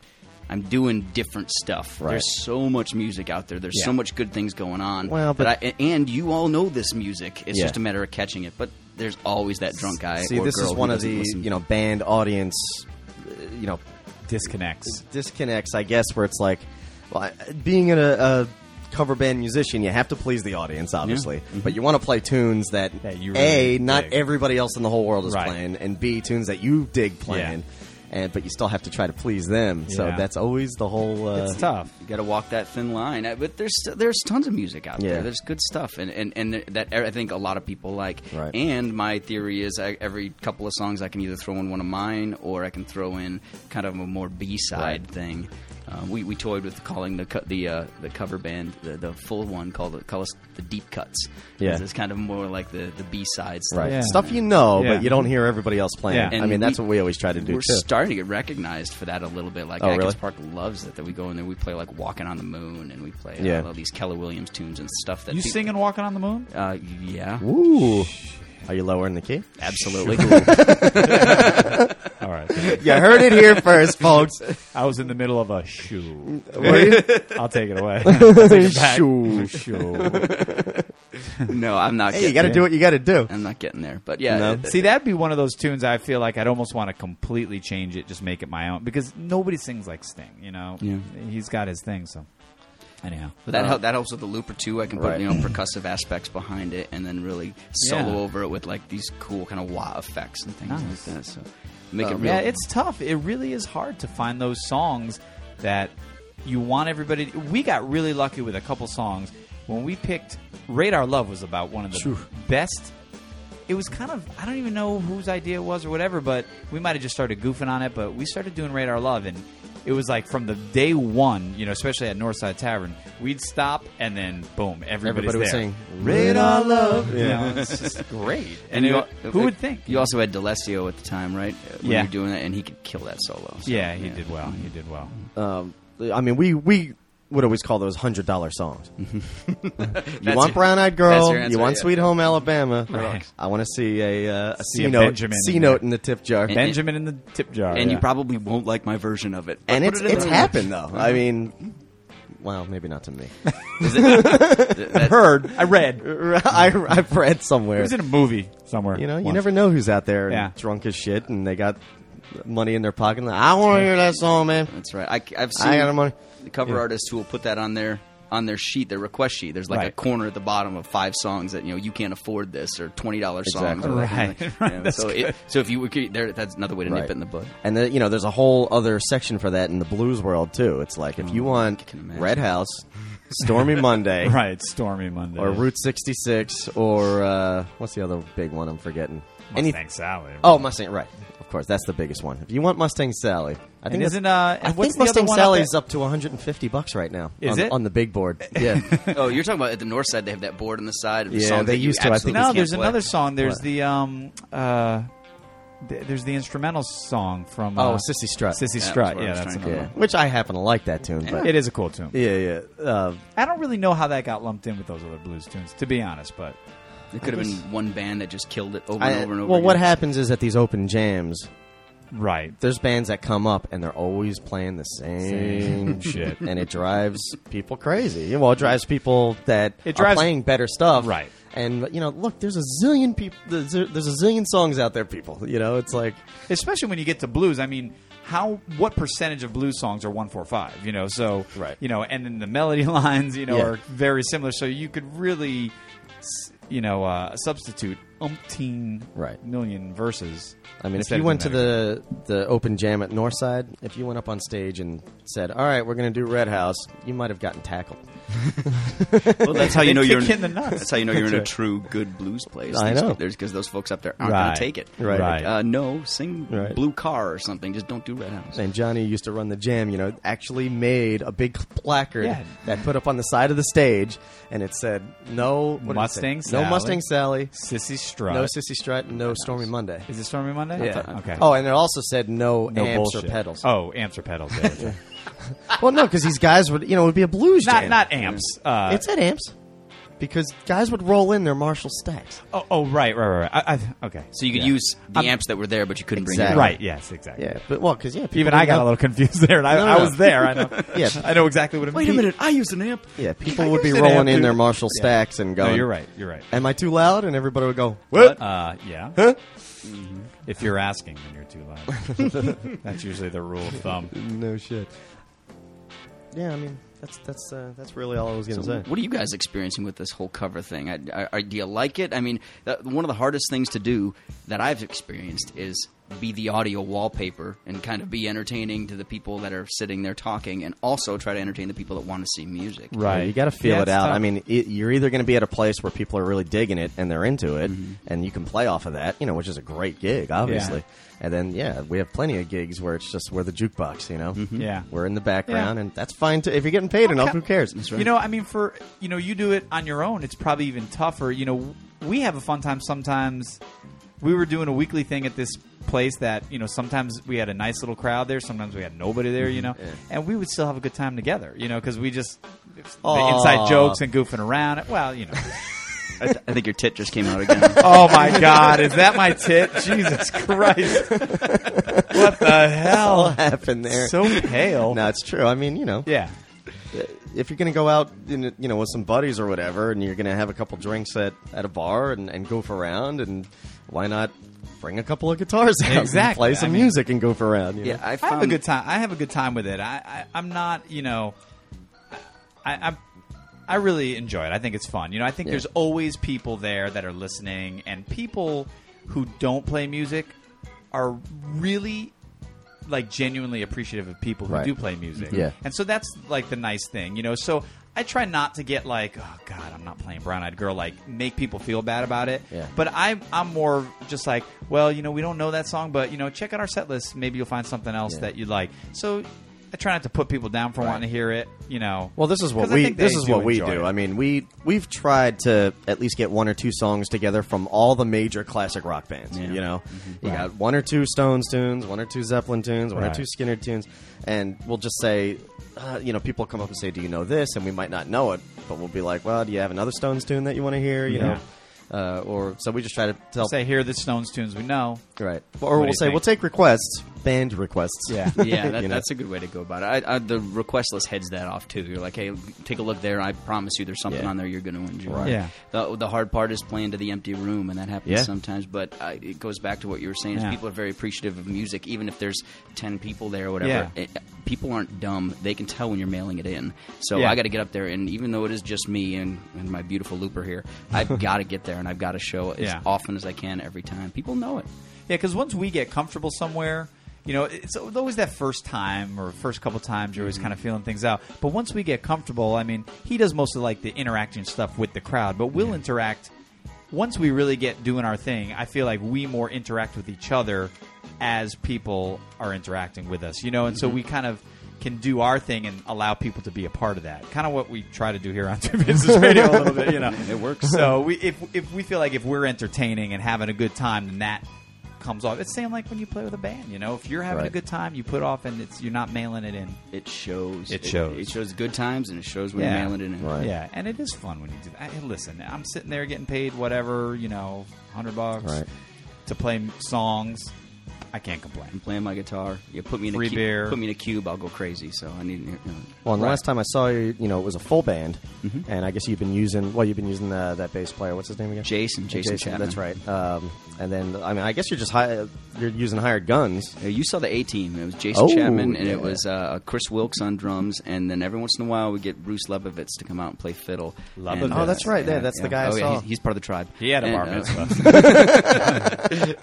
C: I'm doing different stuff.
A: Right.
C: There's so much music out there. There's
A: Yeah.
C: so much good things going on.
A: Well, but-
C: I, and you all know this music. It's
A: Yeah.
C: just a matter of catching it. But there's always that drunk guy.
A: See,
C: or
A: this
C: girl
A: is
C: who
A: one of
C: doesn't
A: the
C: listen.
A: you know band audience, uh, you know
B: Disconnects.
A: disconnects, I guess, where it's like, well, I- being in a, a cover band musician, you have to please the audience, obviously,
C: Mm-hmm.
A: but you want to play tunes that,
B: That you
A: a
B: really
A: not
B: dig.
A: everybody else in the whole world is
B: Right.
A: playing, and b tunes that you dig playing, and but you still have to try to please them. So
B: Yeah.
A: that's always the whole. Uh,
B: It's tough.
C: you got to walk that thin line. Uh, But there's there's tons of music out
A: Yeah.
C: there. There's good stuff, and and and that er, I think a lot of people like.
A: Right.
C: And my theory is I, every couple of songs I can either throw in one of mine or I can throw in kind of a more B side
A: Right.
C: thing. Uh, we, we toyed with calling the co- the uh, the cover band the, the full one called the, call us the deep cuts. 'Cause
A: Yeah.
C: it's kind of more like the the B sides.
A: Right.
B: Yeah.
A: Stuff you know,
B: Yeah.
A: but you don't hear everybody else playing.
B: Yeah.
A: I
C: And
A: mean, that's
C: we-
A: what we always try to do,
C: We're
A: too.
C: starting to get recognized for that a little bit. Like
A: Oh,
C: Atkins
A: really?
C: Park loves it that we go in there. We play like "Walking on the Moon" and we play uh,
A: Yeah.
C: all of these Keller Williams tunes and stuff. That
B: You
C: peop-
B: singing "Walking on the Moon"?
C: Uh, yeah,
A: Ooh. Are you lowering the key?
C: absolutely.
B: All right.
A: You heard it here first, folks.
B: I was in the middle of a shoe.
A: Were you?
B: I'll take it away. I'll take it back.
A: Shoo.
B: Shoo.
C: no, I'm not.
A: Hey,
C: getting
A: you got to
C: there.
A: do what you got to do.
C: I'm not getting there. But yeah,
A: No.
C: it-
B: See, that'd be one of those tunes I feel like I'd almost want to completely change it, just make it my own, because nobody sings like Sting, you know?
C: Yeah.
B: He's got his thing, so. Anyhow.
C: that hel- that helps with the looper too. I can put
A: Uh, Right.
C: you know percussive aspects behind it and then really solo
B: Yeah.
C: over it with like these cool kind of wah effects and things
B: Nice.
C: like that. So make it
A: Um,
C: real.
B: Yeah, it's tough. It really is hard to find those songs that you want everybody. We got really lucky with a couple songs when we picked. Radar Love was about one of the best. It was kind of I don't even know whose idea it was or whatever, but we might have just started goofing on it. But we started doing Radar Love, and it was like from the day one, you know, especially at Northside Tavern, we'd stop and then boom, everybody's
A: Everybody was
B: there.
A: saying,
B: Radar Love, yeah, it's just great. And,
C: you
B: it-
C: al-
B: who
C: it-
B: would think?
C: You also had D'Alessio at the time, right? Uh, When
B: Yeah.
C: you were doing that, and he could kill that solo. So,
B: yeah, he did well. He did well.
A: um, I mean, we we would always call those hundred dollar songs. you want
C: it.
A: Brown Eyed
C: That's
A: Girl,
C: your answer,
A: you want
C: yeah.
A: Sweet Home Alabama.
B: Right.
A: I want to see a, uh, a
B: See
A: C
B: a
A: note,
B: Benjamin in
A: C
B: there.
A: note in the tip jar.
C: And-
B: Benjamin in the tip jar.
C: And
B: Oh, Yeah.
C: you probably won't like my version of it. But
A: and
C: put
A: it's
C: it in
A: it's
C: there.
A: happened though. I mean, well, maybe not to me.
C: That-
B: heard. I read.
A: I I've read somewhere.
B: It was in a movie somewhere.
A: You know, you
B: once.
A: never know who's out there
B: Yeah.
A: drunk as shit and they got money in their pocket. and like, I want to hear that song, man.
C: That's right. I, have seen
A: I got the money.
C: the cover artists who will put that on their on their sheet, their request sheet. There's like a
B: Right.
C: corner at the bottom of five songs that you know you can't afford this or twenty dollars songs.
A: Exactly.
C: Or that kind of
B: Right.
C: thing. You know, so it, so if you would get- there, that's another way to nip
A: Right.
C: it in the bud.
A: And the, you know, there's a whole other section for that in the blues world too. It's like if
B: Mm,
A: you want
C: can imagine.
A: Red House, Stormy Monday,
B: Right, Stormy Monday.
A: or Route 66, or uh, what's the other big one I'm forgetting? Any-
B: Mustang Sally.
A: oh, Mustang. Right, of course, that's the biggest one. If you want Mustang Sally, I think
B: And isn't,
A: that's-
B: uh,
A: I
B: and what's
A: think
B: the other
A: Mustang
B: one out
A: Sally's
B: there?
A: up to 150 bucks right now.
B: Is
A: on,
B: it?
A: on the big board? Yeah,
C: oh, you're talking about at the north side. They have that board on the side. Of the
A: Yeah,
C: songs
A: they
C: that you
A: used to, I think.
C: absolutely
B: No,
C: can't
B: there's
C: play.
B: another song. There's
A: What?
B: the um uh th- there's the instrumental song from uh,
A: Oh, Sissy Strut.
B: Sissy
C: was
B: Strut.
C: what I
B: Yeah,
C: was
B: that's
C: trying to
B: another
A: yeah. Uh-huh. Which I happen to like that tune,
B: one.
A: but
B: It is a cool tune.
A: yeah, yeah. Uh,
B: I don't really know how that got lumped in with those other blues tunes, to be honest. But
C: There could have been one band that just killed it over
A: I-
C: and over and over.
A: well, what
C: again.
A: happens is at these open jams,
B: right,
A: there's bands that come up and they're always playing the same,
B: Same shit.
A: and it drives people crazy. Well, it drives people that
B: It
A: are
B: drives-
A: playing better stuff,
B: Right.
A: And you know, look, there's a zillion people. There's, there's a zillion songs out there, people. You know, it's like
B: especially when you get to blues. I mean, how what percentage of blues songs are one four five? You know, so
A: Right.
B: You know, and then the melody lines, you know,
A: Yeah.
B: are very similar. So you could really, s- you know, uh, substitute umpteen
A: Right.
B: million verses.
A: I mean, if
B: instead
A: you
B: of
A: went to
B: doing that.
A: the the open jam at Northside, if you went up on stage and said, "All right, we're going to do Red House," you might have gotten tackled.
C: Well, that's how you know
B: They
C: you're.
B: kick in the nuts.
C: That's how you know you're in a true good blues place.
A: I know.
C: because those folks up there aren't going
B: Right.
C: to take it.
A: Right.
B: Right.
C: Uh, no, sing
A: Right.
C: Blue Car or something. Just don't do Red House.
A: And Johnny used to run the jam. You know, actually made a big placard
B: Yeah.
A: that put up on the side of the stage, and it said, "No what did it say?
B: Mustang
A: no
B: Sally.
A: Mustang Sally,
B: Sissy Strut.
A: no Sissy Strut, no Stormy Monday."
B: Is it Stormy Monday?
A: Yeah.
B: Okay.
A: Oh, and it also said no,
B: no
A: amps
B: bullshit.
A: or pedals.
B: Oh, amps or pedals. yeah, that's right.
A: Well, no, because these guys would, you know, it would be a blues
B: not
A: jam.
B: not amps. Uh,
A: it said amps because guys would roll in their Marshall stacks.
B: oh, oh, right, right, right. right. I, I, okay.
C: So you could
B: Yeah.
C: use the amps that were there, but you couldn't bring
A: Exactly.
C: it.
B: Right. Yes. Exactly.
A: Yeah, but well, because yeah, people
B: Even I
A: didn't
B: got
A: know-
B: a little confused there, and I,
A: No, no,
B: I
A: no.
B: was there. I know.
A: Yeah.
B: I know exactly what it means.
C: Wait a minute, I used an amp.
A: Yeah, people
B: I
A: would be
B: understand
A: rolling
B: that,
A: in their
B: dude.
A: Marshall stacks and going.
B: No, you're right. You're right.
A: Am I too loud? And everybody would go, "What?"
B: Uh, yeah. Mm-hmm. If you're asking, then you're too loud. That's usually the rule of thumb.
A: No shit. Yeah, I mean that's that's uh, that's really all I was gonna
C: So
A: say.
C: what are you guys experiencing with this whole cover thing? I, I, I- do you like it? I mean, that, one of the hardest things to do that I've experienced is be the audio wallpaper and kind of be entertaining to the people that are sitting there talking, and also try to entertain the people that want to see music.
A: Yeah, you got to feel
B: Yeah,
A: it
B: it's
A: out.
B: tough.
A: I mean, it, you're either going to be at a place where people are really digging it and they're into it,
B: Mm-hmm.
A: and you can play off of that, you know, which is a great gig, obviously. And then, yeah, we have plenty of gigs where it's just we're the jukebox, you know.
B: Mm-hmm. Yeah.
A: we're in the background, and that's fine. Too. If you're getting paid enough, who cares?
B: You know, I mean, for you know, you do it on your own. It's probably even tougher. You know, we have a fun time sometimes. We were doing a weekly thing at this place that you know sometimes we had a nice little crowd there, sometimes we had nobody there. You
A: Mm-hmm.
B: know, and we would still have a good time together. You know, because we just the
A: Aw.
B: inside jokes and goofing around. Well, you know.
C: I, th- I think your tit just came out again.
B: Oh my God! Is that my tit? Jesus Christ! What the hell?
A: happened there?
B: So pale.
A: no, it's true. I mean, you know,
B: Yeah.
A: if you're going to go out, in, a- you know, with some buddies or whatever, and you're going to have a couple drinks at, at a bar and, and goof around, and why not bring a couple of guitars out and
B: Exactly.
A: play some
B: I mean-
A: music and goof around? you
C: yeah,
A: know?
C: I,
B: I
C: found,
B: have a good time. I have a good time with it. I, I I'm not, you know, I I I really enjoy it. I think it's fun. You know, I think
A: Yeah.
B: there's always people there that are listening, and people who don't play music are really like genuinely appreciative of people who
A: Right.
B: do play music.
A: Yeah.
B: And so that's like the nice thing, you know. So I try not to get like, oh God, I'm not playing Brown Eyed Girl, like make people feel bad about it.
A: Yeah.
B: But I I'm more just like, well, you know, we don't know that song, but you know, check out our set list. Maybe you'll find something else
A: Yeah.
B: that you like. So I try not to put people down for wanting to hear it, you know.
A: Well, this is what
B: 'Cause I
A: we
B: think
A: this
B: they
A: is what we
B: enjoy
A: do.
B: it.
A: I mean, we we've tried to at least get one or two songs together from all the major classic rock bands. You know,
B: Mm-hmm.
A: you got one or two Stones tunes, one or two Zeppelin tunes, one or
B: Right.
A: two Skinner tunes, and we'll just say, uh, you know, people come up and say, "Do you know this?" And we might not know it, but we'll be like, "Well, do you have another Stones tune that you want to hear?" You
B: Yeah.
A: know, uh, or so we just try to tell.
B: say here are the Stones tunes we know.
A: Right, or
B: do
A: we'll
B: you
A: say
B: think?
A: we'll take requests, band requests.
B: Yeah.
C: Yeah, that,
A: You know?
C: that's a good way to go about it. I, I, the request list heads that off too. You're like, hey, take a look there. I promise you, there's something
A: Yeah.
C: on there you're going to enjoy.
A: Right.
B: Yeah.
C: The, the hard part is playing to the empty room, and that happens
A: Yeah.
C: sometimes. But I, it goes back to what you were saying: is
B: Yeah.
C: people are very appreciative of music, even if there's ten people there or whatever.
B: Yeah.
C: It, people aren't dumb; they can tell when you're mailing it in. So
B: Yeah.
C: I got to get up there, and even though it is just me and, and my beautiful looper here, I've got to get there and I've got to show as
B: Yeah.
C: often as I can every time. People know it.
B: Yeah, because once we get comfortable somewhere, you know, it's always that first time or first couple times you're always
A: Mm-hmm.
B: kind of feeling things out. But once we get comfortable, I mean, he does most of like the interaction stuff with the crowd, but we'll interact once we really get doing our thing. I feel like we more interact with each other as people are interacting with us, you know, and so we kind of can do our thing and allow people to be a part of that. Kind of what we try to do here on Two Business Radio a little bit, you know. It works. So we, if if we feel like if we're entertaining and having a good time, then that comes off. It's same like when you play with a band, you know. If you're having a
A: Right.
B: good time, you put off and it's you're not mailing it in.
C: It shows.
B: It shows.
C: It, shows good times, and it shows when
B: Yeah.
C: you're mailing it in.
A: Right.
B: Yeah, and it is fun when you do that. Hey, listen, I'm sitting there getting paid whatever, you know, 100 bucks
A: Right.
B: to play m- songs. I can't
C: I'm
B: complain.
C: playing my guitar. You put me in
B: Free
C: a cu-
B: beer.
C: put me in a cube, I'll go crazy. So I need. You know,
A: Well, and the
B: Right.
A: last time I saw you, you know, it was a full band, and I guess you've been using well, you've been using the, that bass player. What's his name again? Oh,
C: Jason, Jason Chapman.
A: That's right. Um, and then I mean, I guess you're just hi- you're using hired guns.
C: Uh, You saw the A Team. It was Jason
A: Oh,
C: Chapman, and
A: yeah.
C: it was uh, Chris Wilkes on drums, and then every once in a while we get Bruce Lebovitz to come out and play fiddle.
A: Leibovitz.
C: And,
A: Oh, that's right. Yeah, that's the guy I
C: oh, yeah,
A: saw.
C: he's, he's part of the tribe.
D: He had a
C: And,
D: bar
C: uh,
D: mitzvah.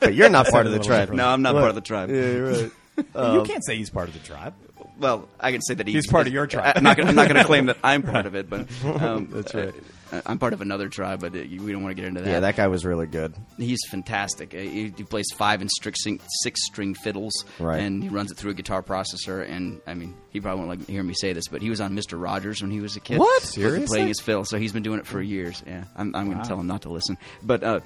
A: But you're not part of the
D: Sounded a
A: tribe.
D: little
C: no, I'm not part of the tribe.
A: right.
D: you can't say he's part of the tribe.
C: Well, I can say that he's,
D: He's part of your tribe.
C: I, am not gonna, I'm not going to claim that I'm part of it, but um,
A: That's right.
C: uh, I'm part of another tribe, but uh, you- we don't want to get into that.
A: Yeah, that guy was really good.
C: he's fantastic. Uh, He, he plays five and strict sing, six string fiddles,
A: Right.
C: and he runs it through a guitar processor. And I mean, he probably won't like hear me say this, but he was on Mister Rogers when he was a kid.
A: What?
C: With-
A: Seriously?
C: Playing his fiddle, so he's been doing it for years. Yeah, I'm, I'm going to tell him not to listen, but uh,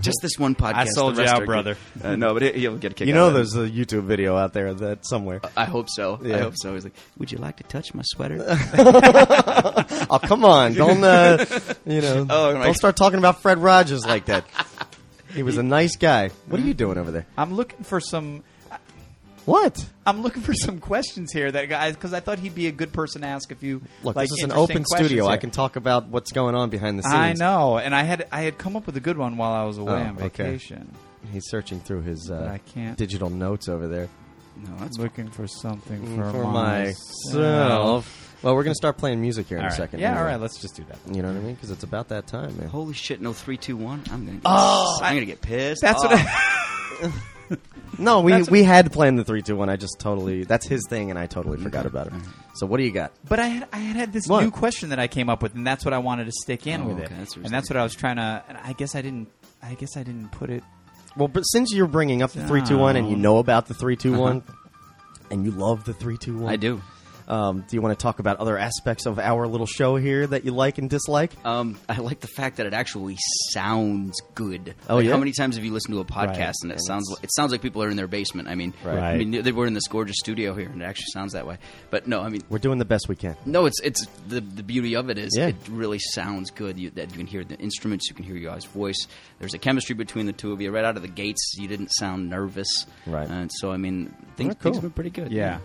C: just this one podcast. the
D: sold you
C: rest
D: out,
C: are good.
D: brother.
C: Uh, no, but he- he'll get a kick.
A: You know,
C: out of it.
A: there's a YouTube video out there that somewhere.
C: I hope so.
A: Yeah.
C: I hope so. He's like, "Would you like to touch my sweater?"
A: Oh, come on! Don't uh, you know?
C: Oh,
A: don't
C: my-
A: start talking about Fred Rogers like that. He was a nice guy. What are you doing over there?
B: I'm looking for some.
A: What?
B: I'm looking for some questions here that guys because I thought he'd be a good person to ask if you
A: Look,
B: like
A: this is an
B: interesting
A: open
B: questions
A: studio. I
B: here.
A: can talk about what's going on behind the scenes.
B: I know, and I had I had come up with a good one while I was away
A: Oh,
B: on
A: okay.
B: vacation.
A: He's searching through his uh,
B: I can't.
A: digital notes over there
C: no, that's
B: looking for something
A: Mm, for,
B: for, myself.
A: myself. Well, we're gonna start playing music here in
D: All
A: a
D: right.
A: second.
B: Yeah,
A: anyway.
B: all right, let's just do that.
A: You know what I mean? Because it's about that time, man.
C: holy shit. No, three, two, one. I'm gonna. Get, oh, I'm gonna get pissed.
B: That's
C: off.
B: what I,
A: No, we we had planned the three, two, one. I just totally that's his thing, and I
B: Mm-hmm.
A: totally forgot about it. So what do you got?
B: but I had I had, had this
A: What?
B: new question that I came up with, and that's what I wanted to stick in
C: Oh,
B: with
C: okay,
B: it,
C: that's
B: and
C: what it's
B: that's
C: like.
B: what I was trying to. And I guess I didn't. I guess I didn't put it.
A: Well, but since you're bringing up the three, two, one, and you know about the three, two, one,
B: Uh-huh.
A: and you love the three, two, one,
C: I do.
A: Um, do you want to talk about other aspects of our little show here that you like and dislike?
C: Um, I like the fact that it actually sounds good.
A: Oh,
C: Like,
A: yeah?
C: How many times have you listened to a podcast
A: Right.
C: and it sounds it sounds like people are in their basement? I mean,
A: Right.
C: I mean, they were in this gorgeous studio here, and it actually sounds that way. But no, I mean,
A: We're doing the best we can.
C: no, it's it's the the beauty of it is
A: Yeah.
C: it really sounds good. You, that you can hear the instruments, you can hear your guy's voice. There's a chemistry between the two of you right out of the gates. You didn't sound nervous,
A: Right.
C: And so, I mean, things,
A: Oh, cool.
C: things have been pretty good.
B: yeah.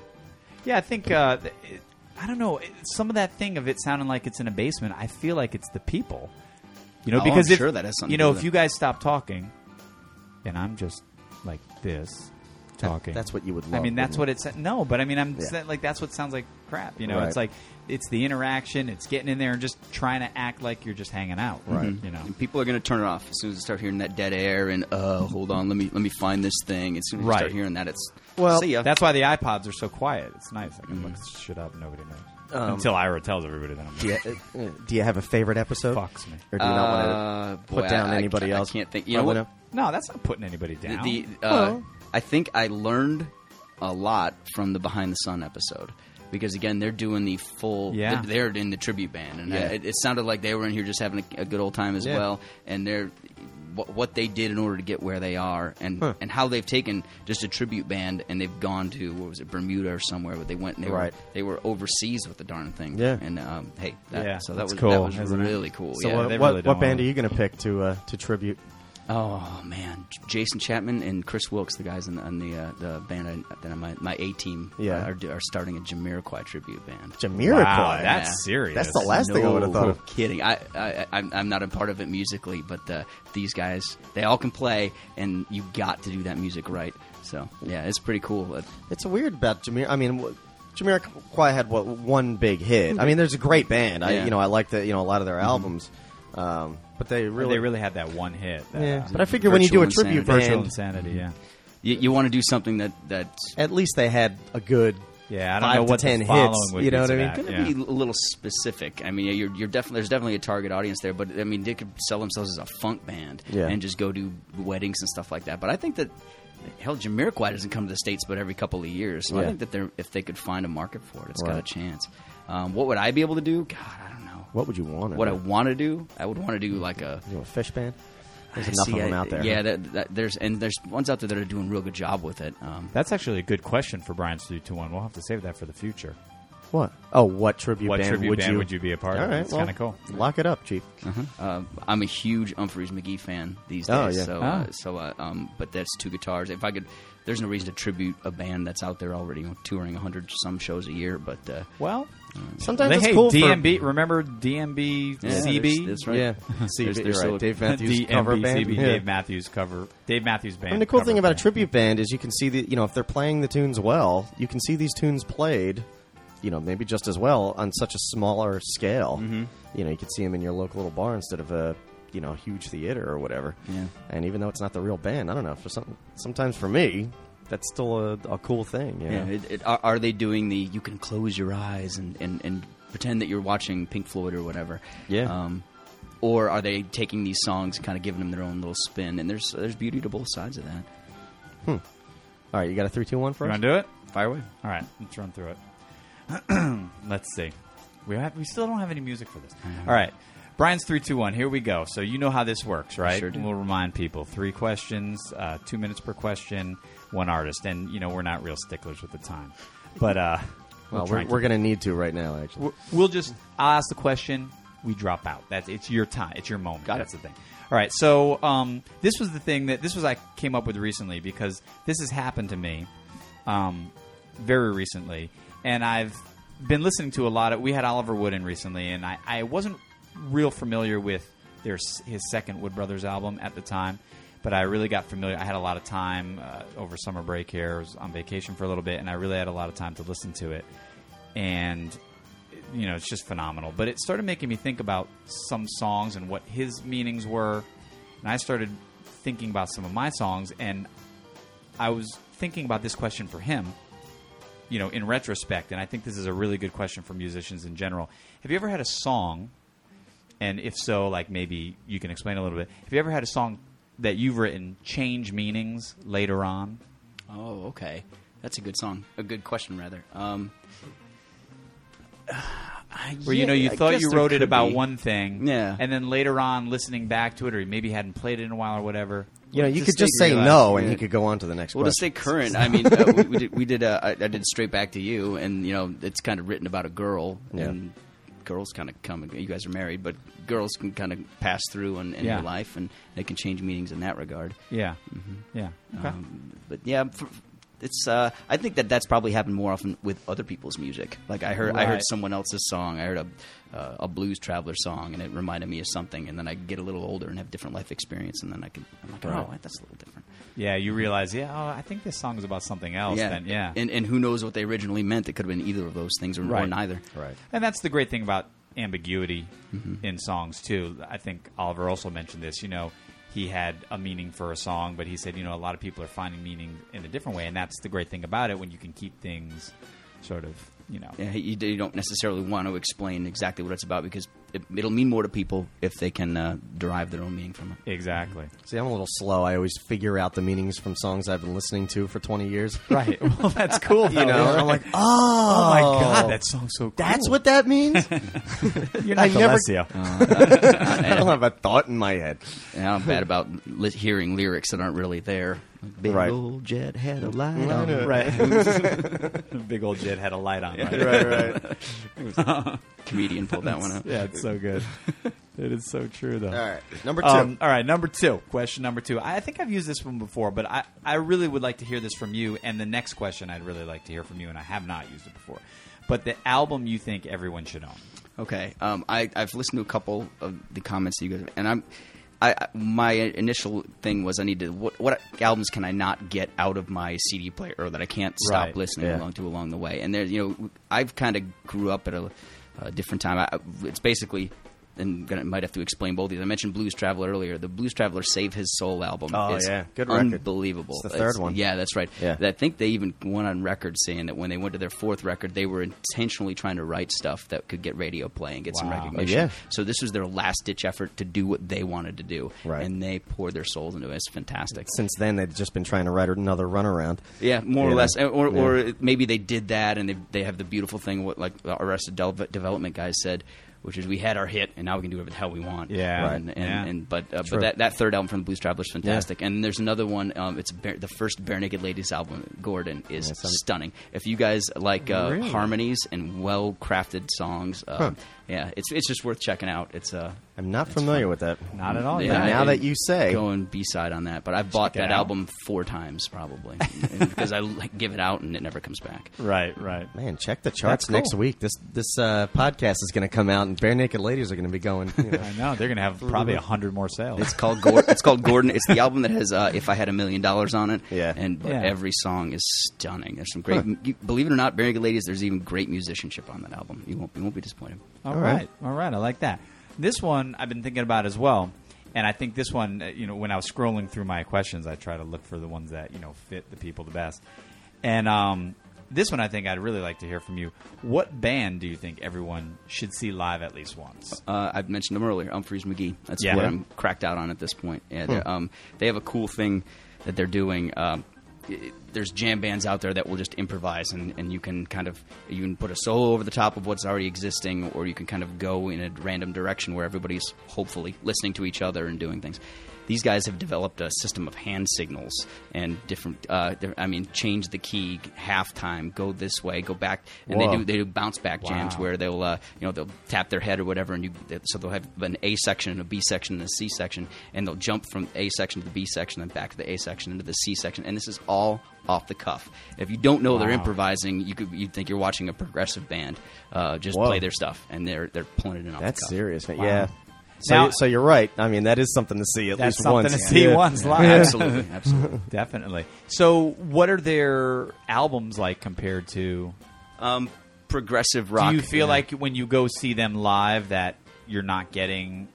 B: I think uh, th- it, I don't know it- some of that thing of it sounding like it's in a basement. I feel like it's the people, you know,
C: Oh,
B: because
C: I'm
B: if,
C: sure that has something
B: you
C: to do
B: know,
C: with
B: if
C: it.
B: you guys stop talking, and I'm just like this talking.
A: That's what you would love.
B: I mean, that's what
A: wouldn't
B: it's no, but I mean, I'm
A: Yeah.
B: sa- like that's what sounds like crap. You know,
A: Right.
B: it's like it's the interaction, it's getting in there and just trying to act like you're just hanging out, right? You know,
C: And people are going to turn it off as soon as they start hearing that dead air and uh, hold on, let me let me find this thing. As soon as you
B: Right.
C: start hearing that, it's
A: Well,
C: see ya.
B: that's why the iPods are so quiet. It's nice. I can look
A: Mm-hmm.
B: this shit up, nobody knows.
A: Um,
D: Until Ira tells everybody that I'm
A: Do
D: there.
A: you, uh, do you have a favorite episode?
B: Fucks me.
A: Or do you not
C: Uh,
A: want to put
C: boy,
A: down
C: I- I
A: anybody
C: can't- I
A: else?
C: can't think- you
A: Or
C: know what?
A: whatever.
B: No, that's not putting anybody down.
C: the, the, uh, I think I learned a lot from the Behind the Sun episode because again they're doing the full
B: Yeah.
C: they're in the tribute band and I-
A: Yeah.
C: it, it sounded like they were in here just having a, a good old time as
A: Yeah.
C: well and they're what, what they did in order to get where they are and
A: Huh.
C: and how they've taken just a tribute band and they've gone to what was it Bermuda or somewhere but they went and they
A: Right.
C: were they were overseas with the darn thing
A: Yeah.
C: and um, hey that,
B: Yeah,
C: so that
B: that's
C: was that
B: cool,
C: was
B: isn't it?
C: really cool
A: So
C: yeah
A: what,
B: they
A: what,
B: really
A: what
B: don't
A: band
B: wanna-
A: are you going to pick to uh, to tribute?
C: Oh man, J- Jason Chapman and Chris Wilkes, the guys in the, in the, uh, the band I, that my my A team,
A: Yeah.
C: are, are starting a Jamiroquai tribute band.
A: Jamiroquai.
D: Wow, that's serious.
A: That's the last thing I would have thought of.
C: Kidding, I, I I'm, I'm not a part of it musically, but uh, these guys they all can play, and you got to do that music right. So yeah, it's pretty cool. Uh,
A: It's weird about Jamir. I mean, wh- Jamiroquai had what one big hit. I mean, there's a great band. I
C: Yeah.
A: you know I like the you know a lot of their albums, um, but they really
B: they really had that one hit. That,
A: yeah.
B: uh,
A: But I figure when you do a
C: Virtual
A: tribute
C: Insanity.
B: virtual
A: band,
B: insanity. Yeah,
C: You, you want to do something that that's
A: at least they had a good
B: yeah. I don't
A: five
B: know
A: to
B: what
A: ten
B: the following
A: hits.
B: would
A: you
B: be
A: know what
B: to
A: I mean?
B: that.
C: going to
B: Yeah.
C: be a little specific. I mean, you're, you're definitely there's definitely a target audience there, but I mean, they could sell themselves as a funk band
A: Yeah.
C: and just go do weddings and stuff like that. But I think that hell, Jamiroquai doesn't come to the states, but every couple of years. So
A: Yeah.
C: I think that they're if they could find a market for it, it's got a
A: Right.
C: chance. Um, what would I be able to do? God, I don't know.
A: What would you want?
C: What I want to do, I would want to do like a
A: you know, a fish band. There's
C: I
A: enough
C: see,
A: of them
C: I-
A: out there.
C: Yeah, that, that, there's and there's ones out there that are doing a real good job with it. Um,
B: That's actually a good question for Brian's two two one. We'll have to save that for the future.
A: What? Oh, what tribute
D: What
A: band
D: tribute
A: would
D: band
A: you?
D: would you be a part
A: All
D: of?
A: right,
D: It's
A: well,
D: kinda cool.
A: Lock it up, Chief.
C: Uh, I'm a huge Humphreys McGee fan these days.
A: Oh, yeah.
C: So,
B: Ah.
C: uh, so uh, um, but that's two guitars. If I could, there's no reason to tribute a band that's out there already you know, touring hundred some shows a year. But uh,
B: Well,
A: Sometimes
B: they,
A: it's
B: hey,
A: cool for-
B: DMB. Remember DMB
C: yeah,
B: CB?
C: That's right.
A: Yeah,
C: There's-
A: CB,
C: there's
A: you're
C: still-
A: right. Dave Matthews
B: DMB,
A: cover band.
B: CB,
A: Yeah.
B: Dave Matthews cover. Dave Matthews band.
A: I mean, the cool
B: cover
A: thing about a
B: band.
A: tribute band is you can see the you know if they're playing the tunes well, you can see these tunes played, you know maybe just as well on such a smaller scale.
C: Mm-hmm.
A: You know you could see them in your local little bar instead of a you know huge theater or whatever.
C: Yeah.
A: And even though it's not the real band, I don't know for some sometimes for me that's still a, a cool thing. You
C: Yeah.
A: know?
C: It, it, are, are they doing the you can close your eyes and, and, and pretend that you're watching Pink Floyd or whatever?
A: Yeah.
C: Um, or are they taking these songs and kind of giving them their own little spin? And there's there's beauty to both sides of that.
A: All right, you got a three, two, one for
B: You
A: us.
B: want to do it?
C: Fire away.
B: All right, let's run through it. let's see. We have, we still don't have any music for this.
A: Mm-hmm.
B: All right. Brian's three, two, one. Here we go. So you know how this works, right?
C: sure do.
B: We'll remind people: three questions, uh, two minutes per question, one artist. And you know we're not real sticklers with the time, but uh,
A: Well,
B: try
A: we're,
B: and
A: we're
B: keep-
A: going to need to right now, actually.
B: we'll- we'll just I'll ask the question. We drop out. That's it's your time. It's your moment.
C: Got it.
B: That's the thing. All right. So um, this was the thing that this was I came up with recently because this has happened to me um, very recently, and I've been listening to a lot of. We had Oliver Wood in recently, and I, I wasn't real familiar with their s- his second Wood Brothers album at the time, but I really got familiar. I had a lot of time uh, over summer break here. I was on vacation for a little bit, and I really had a lot of time to listen to it, and you know it's just phenomenal. But it started making me think about some songs and what his meanings were, and I started thinking about some of my songs and I was thinking about this question for him, you know, in retrospect, and I think this is a really good question for musicians in general. Have you ever had a song, and if so, like maybe you can explain a little bit. Have you ever had a song that you've written change meanings later on?
C: Oh, okay. That's a good song. A good question, rather. Um, I-
B: Where you know you
C: yeah, I
B: thought
C: guess
B: you
C: there
B: wrote it
C: could
B: about
C: be.
B: one thing,
C: Yeah.
B: and then later on listening back to it, or maybe you hadn't played it in a while or whatever.
A: You know, you
C: Just
A: could just
C: stay
A: say
C: realized,
A: no, and
C: yeah.
A: he could go on to the next
C: Well, to stay
A: question.
C: current, I mean, uh, we, we did. We did uh, I, I did straight back to you, and you know, it's kind of written about a girl,
A: Yeah.
C: and girls kind of come. and- You guys are married, but girls can kind of pass through in, in
B: Yeah.
C: your life, and they can change meanings in that regard.
B: Yeah, yeah. Okay.
C: Mm-hmm. Um, but yeah, for, it's. Uh, I think that that's probably happened more often with other people's music. Like I heard, I heard
B: Right.
C: someone else's song. I heard a uh, a blues traveler song, and it reminded me of something. And then I get a little older and have different life experience, and then I can. I'm like, oh, that's a little different.
B: yeah, you realize, yeah, oh, I think this song is about something else. Then, yeah.
C: And and who knows what they originally meant? It could have been either of those things, or, or
B: Right.
C: neither.
A: Right.
B: And that's the great thing about ambiguity
C: Mm-hmm.
B: in songs too. I think Oliver also mentioned this. You know, he had a meaning for a song, but he said, you know, a lot of people are finding meaning in a different way, and that's the great thing about it when you can keep things sort of, you know,
C: Yeah, you, you don't necessarily want to explain exactly what it's about because it, it'll mean more to people if they can uh, derive their own meaning from it.
B: exactly.
A: See, I'm a little slow. I always figure out the meanings from songs I've been listening to for 20 years.
B: Right. Well, that's cool.
A: You know, I'm like, oh,
B: oh my god, that song's so. Cool.
A: that's what that means.
B: you're
A: I
B: not
A: never-
B: Alessio. Oh.
A: I don't have a thought in my head.
C: And I'm bad about li- hearing lyrics that aren't really there. Like, Big
A: Right.
C: old jet had a light
A: Right.
C: on.
B: right. Big old Jed had a light on. Right.
A: Right, right.
C: Comedian pulled that one out.
B: Yeah, it's so good. It is so true though.
A: All right, number two.
B: Um, all right, number two. Question number two. I I think I've used this one before, but I, I really would like to hear this from you. And the next question I'd really like to hear from you, and I have not used it before. But the album you think everyone should own.
C: Okay. Um, I, I've listened to a couple of the comments that you guys, and I'm, I I- my initial thing was I need to what, what albums can I not get out of my CD player or that I can't stop
B: Right,
C: listening
A: yeah.
C: along to along the way. And there, you know, I've kind of grew up at a, a different time. I, it's basically. And gonna, might have to explain both these. I mentioned Blues Traveler earlier. The Blues Traveler Save His Soul album
A: Oh,
C: is
A: yeah. Good record.
C: unbelievable.
A: It's the third one.
C: Yeah, that's right.
A: Yeah.
C: I think they even went on record saying that when they went to their fourth record, they were intentionally trying to write stuff that could get radio play and get some
B: Wow.
C: recognition.
A: Oh, yeah.
C: So this was their last ditch effort to do what they wanted to do,
A: Right.
C: and they poured their souls into it. It's fantastic.
A: Since then, they've just been trying to write another runaround.
C: Yeah, more
A: Yeah.
C: or less, or,
A: Yeah.
C: or maybe they did that, and they, they have the beautiful thing. What like the Arrested Del- Development guys said, which is we had our hit and now we can do whatever the hell we want.
D: Yeah.
C: and,
D: Right.
C: and,
D: Yeah.
C: and but uh,
A: True.
C: but that, that third album from the Blues Travelers is fantastic. And there's another one. Um, it's bare, the first Bare Naked Ladies album. Gordon is
A: Yeah, some-
C: stunning. If you guys like uh,
B: Really?
C: harmonies and well crafted songs, uh, yeah, it's it's just worth checking out. It's uh,
A: I'm not familiar with that.
D: Not at all.
C: Oh, yeah,
A: But now
C: I
A: that you say-
C: going B side on that, but I bought
D: Check it
C: that
D: out.
C: album four times probably because I like, give it out and it never comes back.
D: Right, right.
A: Man, check the charts
B: cool.
A: next week. This this uh, podcast is going to come out, and bare naked ladies are going to be going. You know,
D: I know they're gonna have probably a hundred more sales.
C: It's called Gor it's called Gordon. It's the album that has uh, "If I Had a Million Dollars" on it.
A: Yeah.
C: and but
D: Yeah.
C: every song is stunning. There's some great. you- believe it or not, Barry Good Ladies. There's even great musicianship on that album. You won't you won't be disappointed.
B: All
A: All
B: right.
A: right.
B: all right. I like that. This one I've been thinking about as well, and I think this one, uh, you know, when I was scrolling through my questions, I try to look for the ones that you know fit the people the best. And um, this one, I think I'd really like to hear from you. What band do you think everyone should see live at least once?
C: Uh, I've mentioned them earlier. Humphreys McGee. That's
D: Yeah.
C: what I'm cracked out on at this point. And uh, um, they have a cool thing that they're doing. Um, it- there's jam bands out there that will just improvise, and, and you can kind of you can put a solo over the top of what's already existing, or you can kind of go in a random direction where everybody's hopefully listening to each other and doing things. These guys have developed a system of hand signals and different. Uh, they're- I mean, change the key halftime, go this way, go back, and they
A: Whoa.
C: do they do bounce back jams
B: Wow.
C: where where they'll uh, you know they'll tap their head or whatever, and you so they'll have an A section and a B section and a C section, and they'll jump from A section to the B section, and back to the A section into the C section, and this is all off the cuff. If you don't know they're
B: Wow.
C: improvising, you could you would think you're watching a progressive band. Uh, just
A: Whoa.
C: play their stuff, and they're they're pulling it in off. the
A: that's
C: cuff.
A: serious. man.
B: Wow.
A: Yeah. So,
B: Now-
A: you- so you're right. I mean, that is something to see at
B: That's
A: least
B: something
A: once.
B: to see
A: Yeah.
B: once live.
C: Absolutely, absolutely.
B: Definitely. So, what are their albums like compared to?
C: Progressive rock.
B: Do you feel
C: yeah.
B: like when you go see them live that you're not getting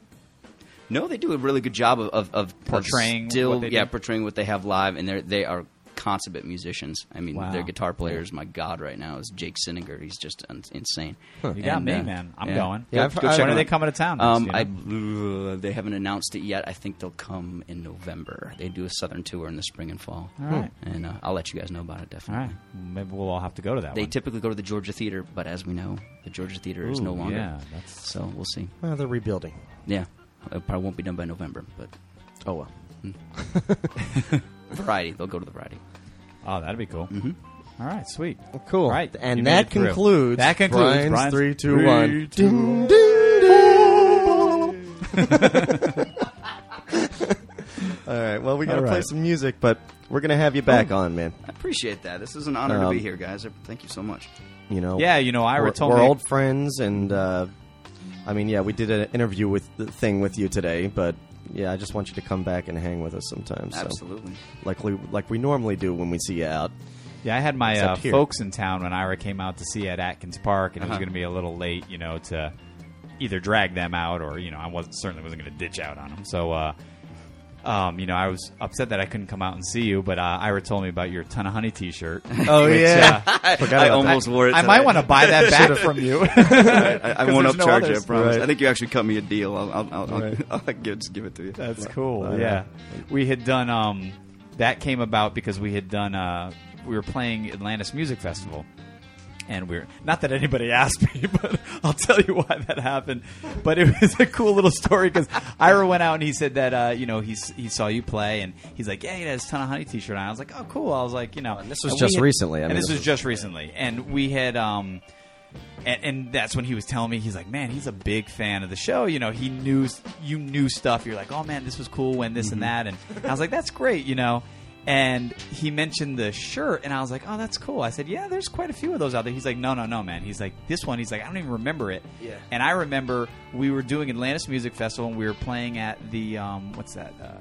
C: No, they do a really good job of, of, of
B: Portraying
C: of still,
B: what they
C: yeah,
B: do?
C: portraying what they have live, and they they are consummate musicians. I mean,
B: Wow.
C: their guitar players, my god, right now is Jake Sininger. He's just un- insane.
B: You got
C: uh,
B: me, man. I'm going. Yeah, I've-
C: go
B: I-
C: check
B: when
C: them
B: are they
C: out.
B: coming to town
C: Um,
B: next,
C: I, uh,
B: you
C: they haven't announced it yet. I think they'll come in November. They do a southern tour in the spring and fall. All
B: right.
C: and uh, I'll let you guys know about it
B: All
C: definitely.
B: right. Maybe we'll all have to go to that
C: They
B: one.
C: typically go to the Georgia Theater, but as we know, the Georgia Theater is
B: Ooh,
C: no longer.
B: yeah, that's-
C: So we'll see.
A: Well, they're rebuilding.
C: Yeah, it probably won't be done by November, but Hmm.
A: Oh well.
C: variety. They'll go to the variety.
B: Oh, that'd be cool.
C: Mm-hmm.
B: All right, sweet.
A: Well, cool.
B: Right. You
A: And
B: made
A: that
B: it through.
A: concludes.
B: That concludes
A: Brian's
B: Brian's
A: three, two,
B: three,
A: one.
B: two,
A: Ding, ding, ding. All right. Well, we got to
B: All
A: play
B: right.
A: some music, but we're gonna have you back on, man.
C: I appreciate that. This is an honor to
A: Um,
C: be here, guys. I- Thank you so much.
A: You know.
B: Yeah, you know, Ira
A: we're,
B: told
A: we're
B: me.
A: old friends, and uh, I mean, yeah, we did an interview with the thing with you today, but yeah, I just want you to come back and hang with us sometime. So.
C: Absolutely.
A: Like we like we normally do when we see you out.
B: Yeah, I had my uh,
A: Except here.
B: folks in town when Ira came out to see at Atkins Park, and it was
C: Uh-huh.
B: going to be a little late, you know, to either drag them out or you know, I was certainly wasn't going to ditch out on them. So, uh, um, you know, I was upset that I couldn't come out and see you, but uh, Ira told me about your ton of honey T-shirt.
A: Oh
B: which,
A: yeah.
B: uh,
A: Forgot
C: I
A: about that.
C: almost wore it.
B: I might want to buy that back from you.
C: I, I won't
B: 'cause there's no
C: upcharge you. I
B: others.
C: promise.
A: Right.
C: I think you actually cut me a deal. I'll, I'll, I'll,
A: Right.
C: I'll, give, just give it to you.
B: That's cool.
A: Wow.
B: yeah. We had done um that came about because we had done uh we were playing Atlantis Music Festival. And we are not that anybody asked me, but I'll tell you why that happened. But it was a cool little story because Ira went out and he said that uh, you know he s- he saw you play and he's like, yeah, he has a ton of honey T-shirt on. I was like, oh, cool. I was like, you know, and
A: this was just
B: we had-
A: recently. I
B: and
A: mean,
B: this
A: this
B: was just recently, and we had um, and, and that's when he was telling me he's like, man, he's a big fan of the show. You know, he knew you knew stuff. You're like, oh man, this was cool when this and that,
C: Mm-hmm.
B: and I was like, that's great, you know. And he mentioned the shirt, and I was like, oh, that's cool. I said, yeah, there's quite a few of those out there. He's like, no, no, no, man. He's like, this one. He's like, I don't even remember it.
C: Yeah.
B: And I remember we were doing Atlantis Music Festival, and we were playing at the um, what's that? Uh,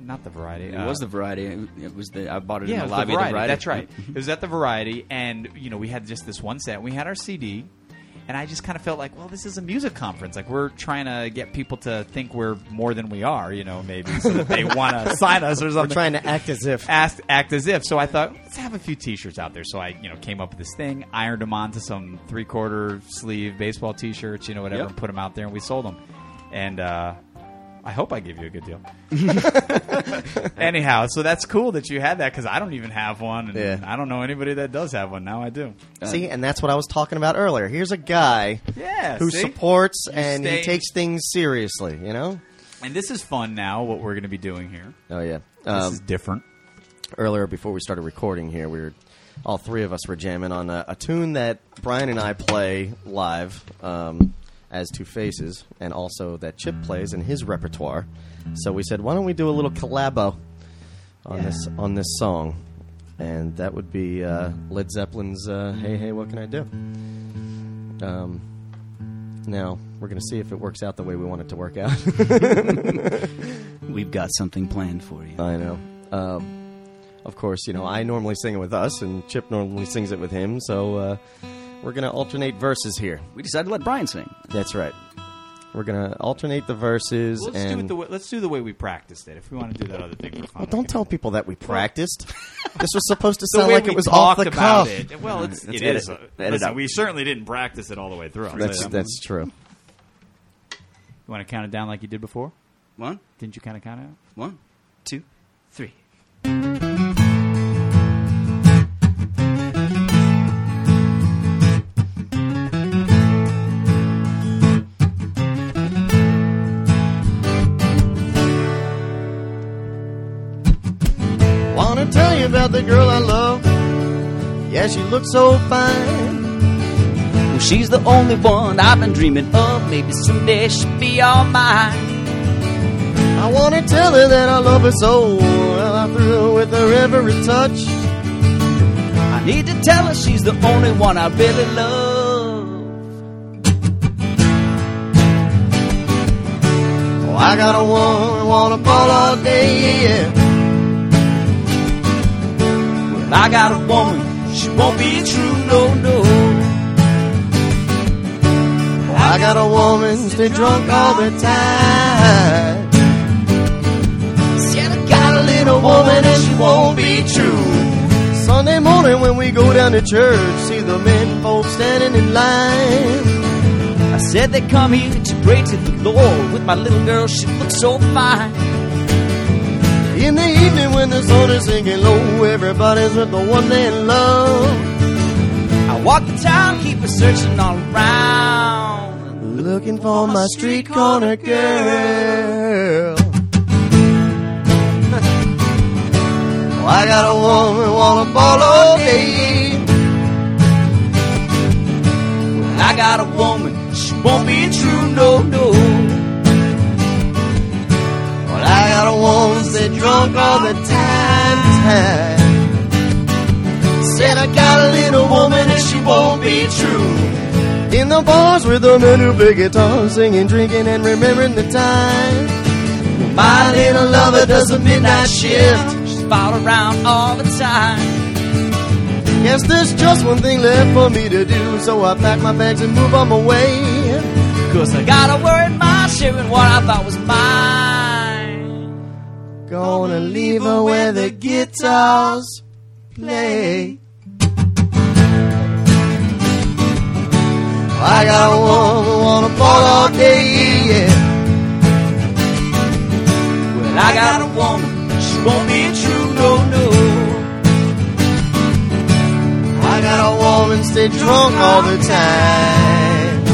B: not the variety.
C: It
B: uh,
C: was the variety. It was the I bought it Mm-hmm.
B: yeah,
C: in
B: it
C: the
B: was the
C: lobby. of
B: variety.
C: the variety.
B: That's right. it was at the variety, and you know we had just this one set. We had our CD, and I just kind of felt like, well, this is a music conference. Like we're trying to get people to think we're more than we are. You know, maybe so that they want to sign us or something.
A: trying to act as if.
B: Ask, act as if. So I thought, let's have a few T-shirts out there. So I, you know, came up with this thing, ironed them onto some three-quarter sleeve baseball T-shirts, you know, whatever,
C: Yep.
B: and put them out there, and we sold them. And uh, I hope I give you a good deal. Anyhow, so that's cool that you had that because I don't even have one, and
A: Yeah.
B: I don't know anybody that does have one. Now I do.
A: See, and that's what I was talking about earlier. Here's a guy
B: Yeah,
A: who
B: see?
A: supports and
B: stay-
A: he takes things seriously. You know?
B: And this is fun now. What we're going to be doing here.
A: Oh yeah.
B: This
A: Um,
B: is different.
A: earlier before we started recording here, we were all three of us were jamming on a, a tune that Brian and I play live um, as Two Faces, and also that Chip plays in his repertoire. So we said, why don't we do a little collabo on this on this song? And that would be uh, Led Zeppelin's uh, "Hey Hey What Can I Do." Um, now we're going to see if it works out the way we want it to work out.
C: We've got something planned for you.
A: I know. Um, of course, you know, I normally sing it with us, and Chip normally sings it with him, so uh, we're going to alternate verses here.
C: we decided to let Brian sing.
A: That's right. We're going to alternate the verses.
B: Let's
A: and
B: do it the way, let's do the way we practiced it. If we want to do that other thing, we're fine.
A: Don't tell people that we practiced. this was supposed to
B: the
A: sound
B: way
A: like
B: we
A: it was off
B: talked
A: the
B: about
A: cuff.
B: it. Well, it's,
C: Let's
B: it
C: edit-
B: is. uh,
C: edit
B: listen,
C: up.
B: we certainly didn't practice it all the way through. um, I'll
A: That's
B: tell you that.
A: that's true.
B: you want to count it down like you did before?
C: One,
B: Didn't you kind of count it out?
C: one, two, three.
A: Wanna tell you about the girl I love? Yeah, she looks so fine.
C: Well, she's the only one I've been dreaming of. Maybe someday she'll be all mine.
A: I wanna tell her that I love her so. Well, I'm through with her every touch.
C: I need to tell her she's the only one I really love.
A: Oh, I got a woman, wanna ball all day, yeah.
C: Well, I got a woman, she won't be true, no, no.
A: Oh, I got a woman, stay drunk all the time.
C: Said I got a
A: A
C: little
A: woman and she won't be true. Sunday morning when we go down to church, see the men folks standing in line.
C: I said they come here to pray to the Lord. With my little girl, she looks so fine.
A: In the evening when the sun is sinking low, everybody's with the one they love.
C: I walk the town, keep her searching all around.
A: Looking for my street corner girl. Oh, I got a woman, wanna ball all day.
C: I got a woman, she won't be true, no, no.
A: Well, I got a woman that drunk all the time, time. Said I got a little woman and she won't be true. In the bars with the men who play guitar, singing, drinking, and remembering the time. My little lover does a midnight shift.
C: She's fouled around all the time.
A: Yes, there's just one thing left for me to do, so I pack my bags and move on my way.
C: Cause I gotta worry my sharing what I thought was mine.
A: Gonna leave her where the guitars play. I got a woman wanna ball all day, yeah.
C: Well, I got a woman, she won't be true, no, no.
A: I got a woman stay drunk all the time.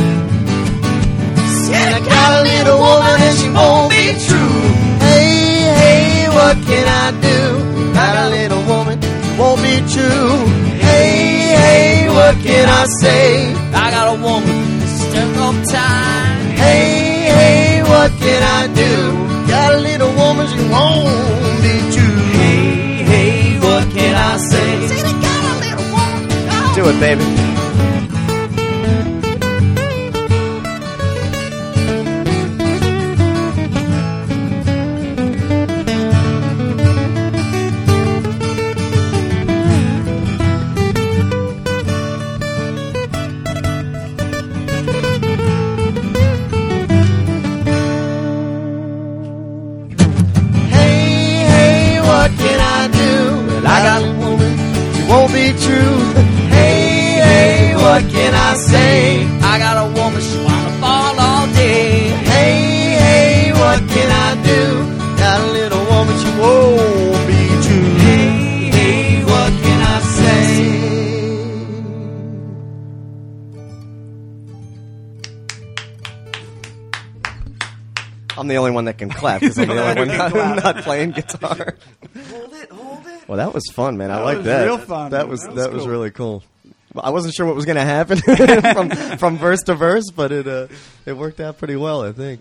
A: Said I got a little woman and she won't be true. Hey, hey, what can I do? Got a little woman, she won't be true. Hey, hey, what can I say?
C: I got a woman, that's stuck on time.
A: Hey, hey, what can I do? Got a little woman, she won't be true.
C: Hey, hey, what can I say?
A: Do it, baby. Hey, hey, what can I do? Well, I got a woman, she won't be true. Hey, hey, I'm the only one that can clap because I'm the only one not, not playing guitar.
C: Hold it, hold it.
A: Well, that was fun, man. I like
E: was
A: that.
E: real fun.
A: That was that
E: That
A: was,
E: was cool.
A: really cool. Well, I wasn't sure what was going to happen from from verse to verse, but it uh, it worked out pretty well, I think.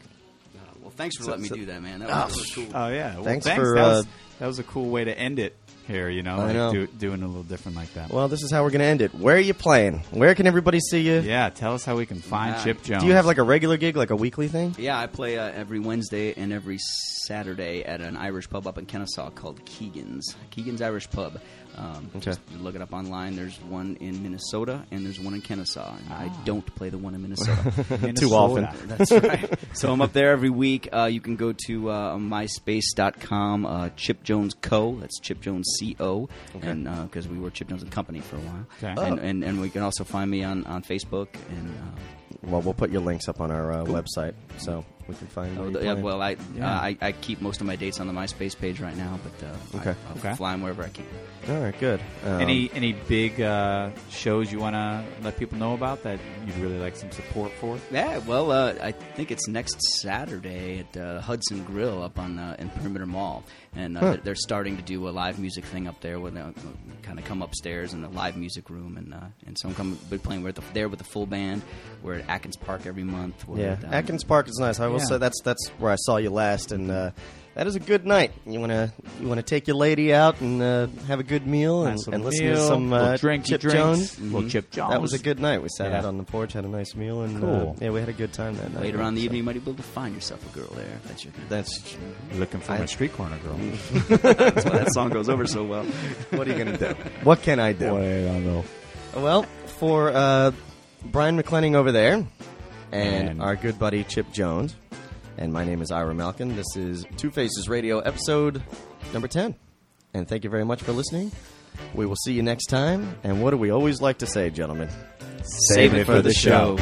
C: Well, thanks for letting me do that, man. That was, really cool.
B: Oh yeah. Well,
A: Thanks for,
B: That was,
A: uh,
B: that was a cool way to end it here. You know,
A: I
B: like
A: know.
B: Do, doing a little different like that.
A: Well, this is how we're going to end it. Where are you playing? Where can everybody see you?
B: yeah. Tell us how we can find
C: Yeah.
B: Chip Jones.
A: Do you have like a regular gig, like a weekly thing?
C: yeah, I play uh, every Wednesday and every Saturday at an Irish pub up in Kennesaw called Keegan's. Keegan's Irish Pub. Um,
A: Okay.
C: just look it up online. There's one in Minnesota and there's one in Kennesaw. And I don't play the one in Minnesota.
B: Minnesota?
A: Too often.
C: That's right. so I'm up there every week. Uh, you can go to uh, myspace.com, uh, Chip Jones Co. That's Chip Jones C O, and because we were Chip Jones and Company for a while.
B: Okay.
C: And, and and we can also find me on, on Facebook and. Uh,
A: Well, we'll put your links up on our uh, website so we can find. where
C: Oh,
A: you're
C: the, yeah,
A: playing.
C: well, I,
B: Yeah.
C: uh, I I keep most of my dates on the MySpace page right now, but uh,
A: Okay.
C: I, will
B: Okay.
C: fly 'em wherever I can.
A: all right, good. Um,
B: Any any big uh, shows you want to let people know about that you'd really like some support for?
C: Yeah, well, uh, I think it's next Saturday at uh, Hudson Grill up on uh, in Perimeter Mall, and uh, they're- they're starting to do a live music thing up there. Where they kind of come upstairs in the live music room, and uh, and so I'm coming be playing with the, there with the full band. We're at Atkins Park every month. We're
A: Yeah,
C: at, um,
A: Atkins Park is nice. I will
B: Yeah.
A: say that's that's where I saw you last, and uh, that is a good night. You wanna you wanna take your lady out and uh, have a good meal and,
B: Nice little
A: and listen to
B: meal,
A: some uh,
B: little drink,
A: Chip
B: drinks,
A: Jones.
B: little Chip Jones.
A: Mm-hmm. That was a good night. We sat
B: Yeah.
A: out on the porch, had a nice meal, and
B: Cool.
A: uh, yeah, we had a good time that night.
C: Later on in the
A: So
C: evening, you might be able to find yourself a girl there. If that's your kind.
A: That's
E: Looking for
A: I-
E: a street corner girl.
C: That's why that song goes over so well.
A: what are you gonna do? What can I do?
E: I don't know.
A: Well, for uh, Brian McClenning over there, and,
E: And-
A: our good buddy Chip Jones, and my name is Ira Malkin. This is Two Faces Radio, episode number ten. And thank you very much for listening. We will see you next time. And what do we always like to say, gentlemen?
C: Save it for the show.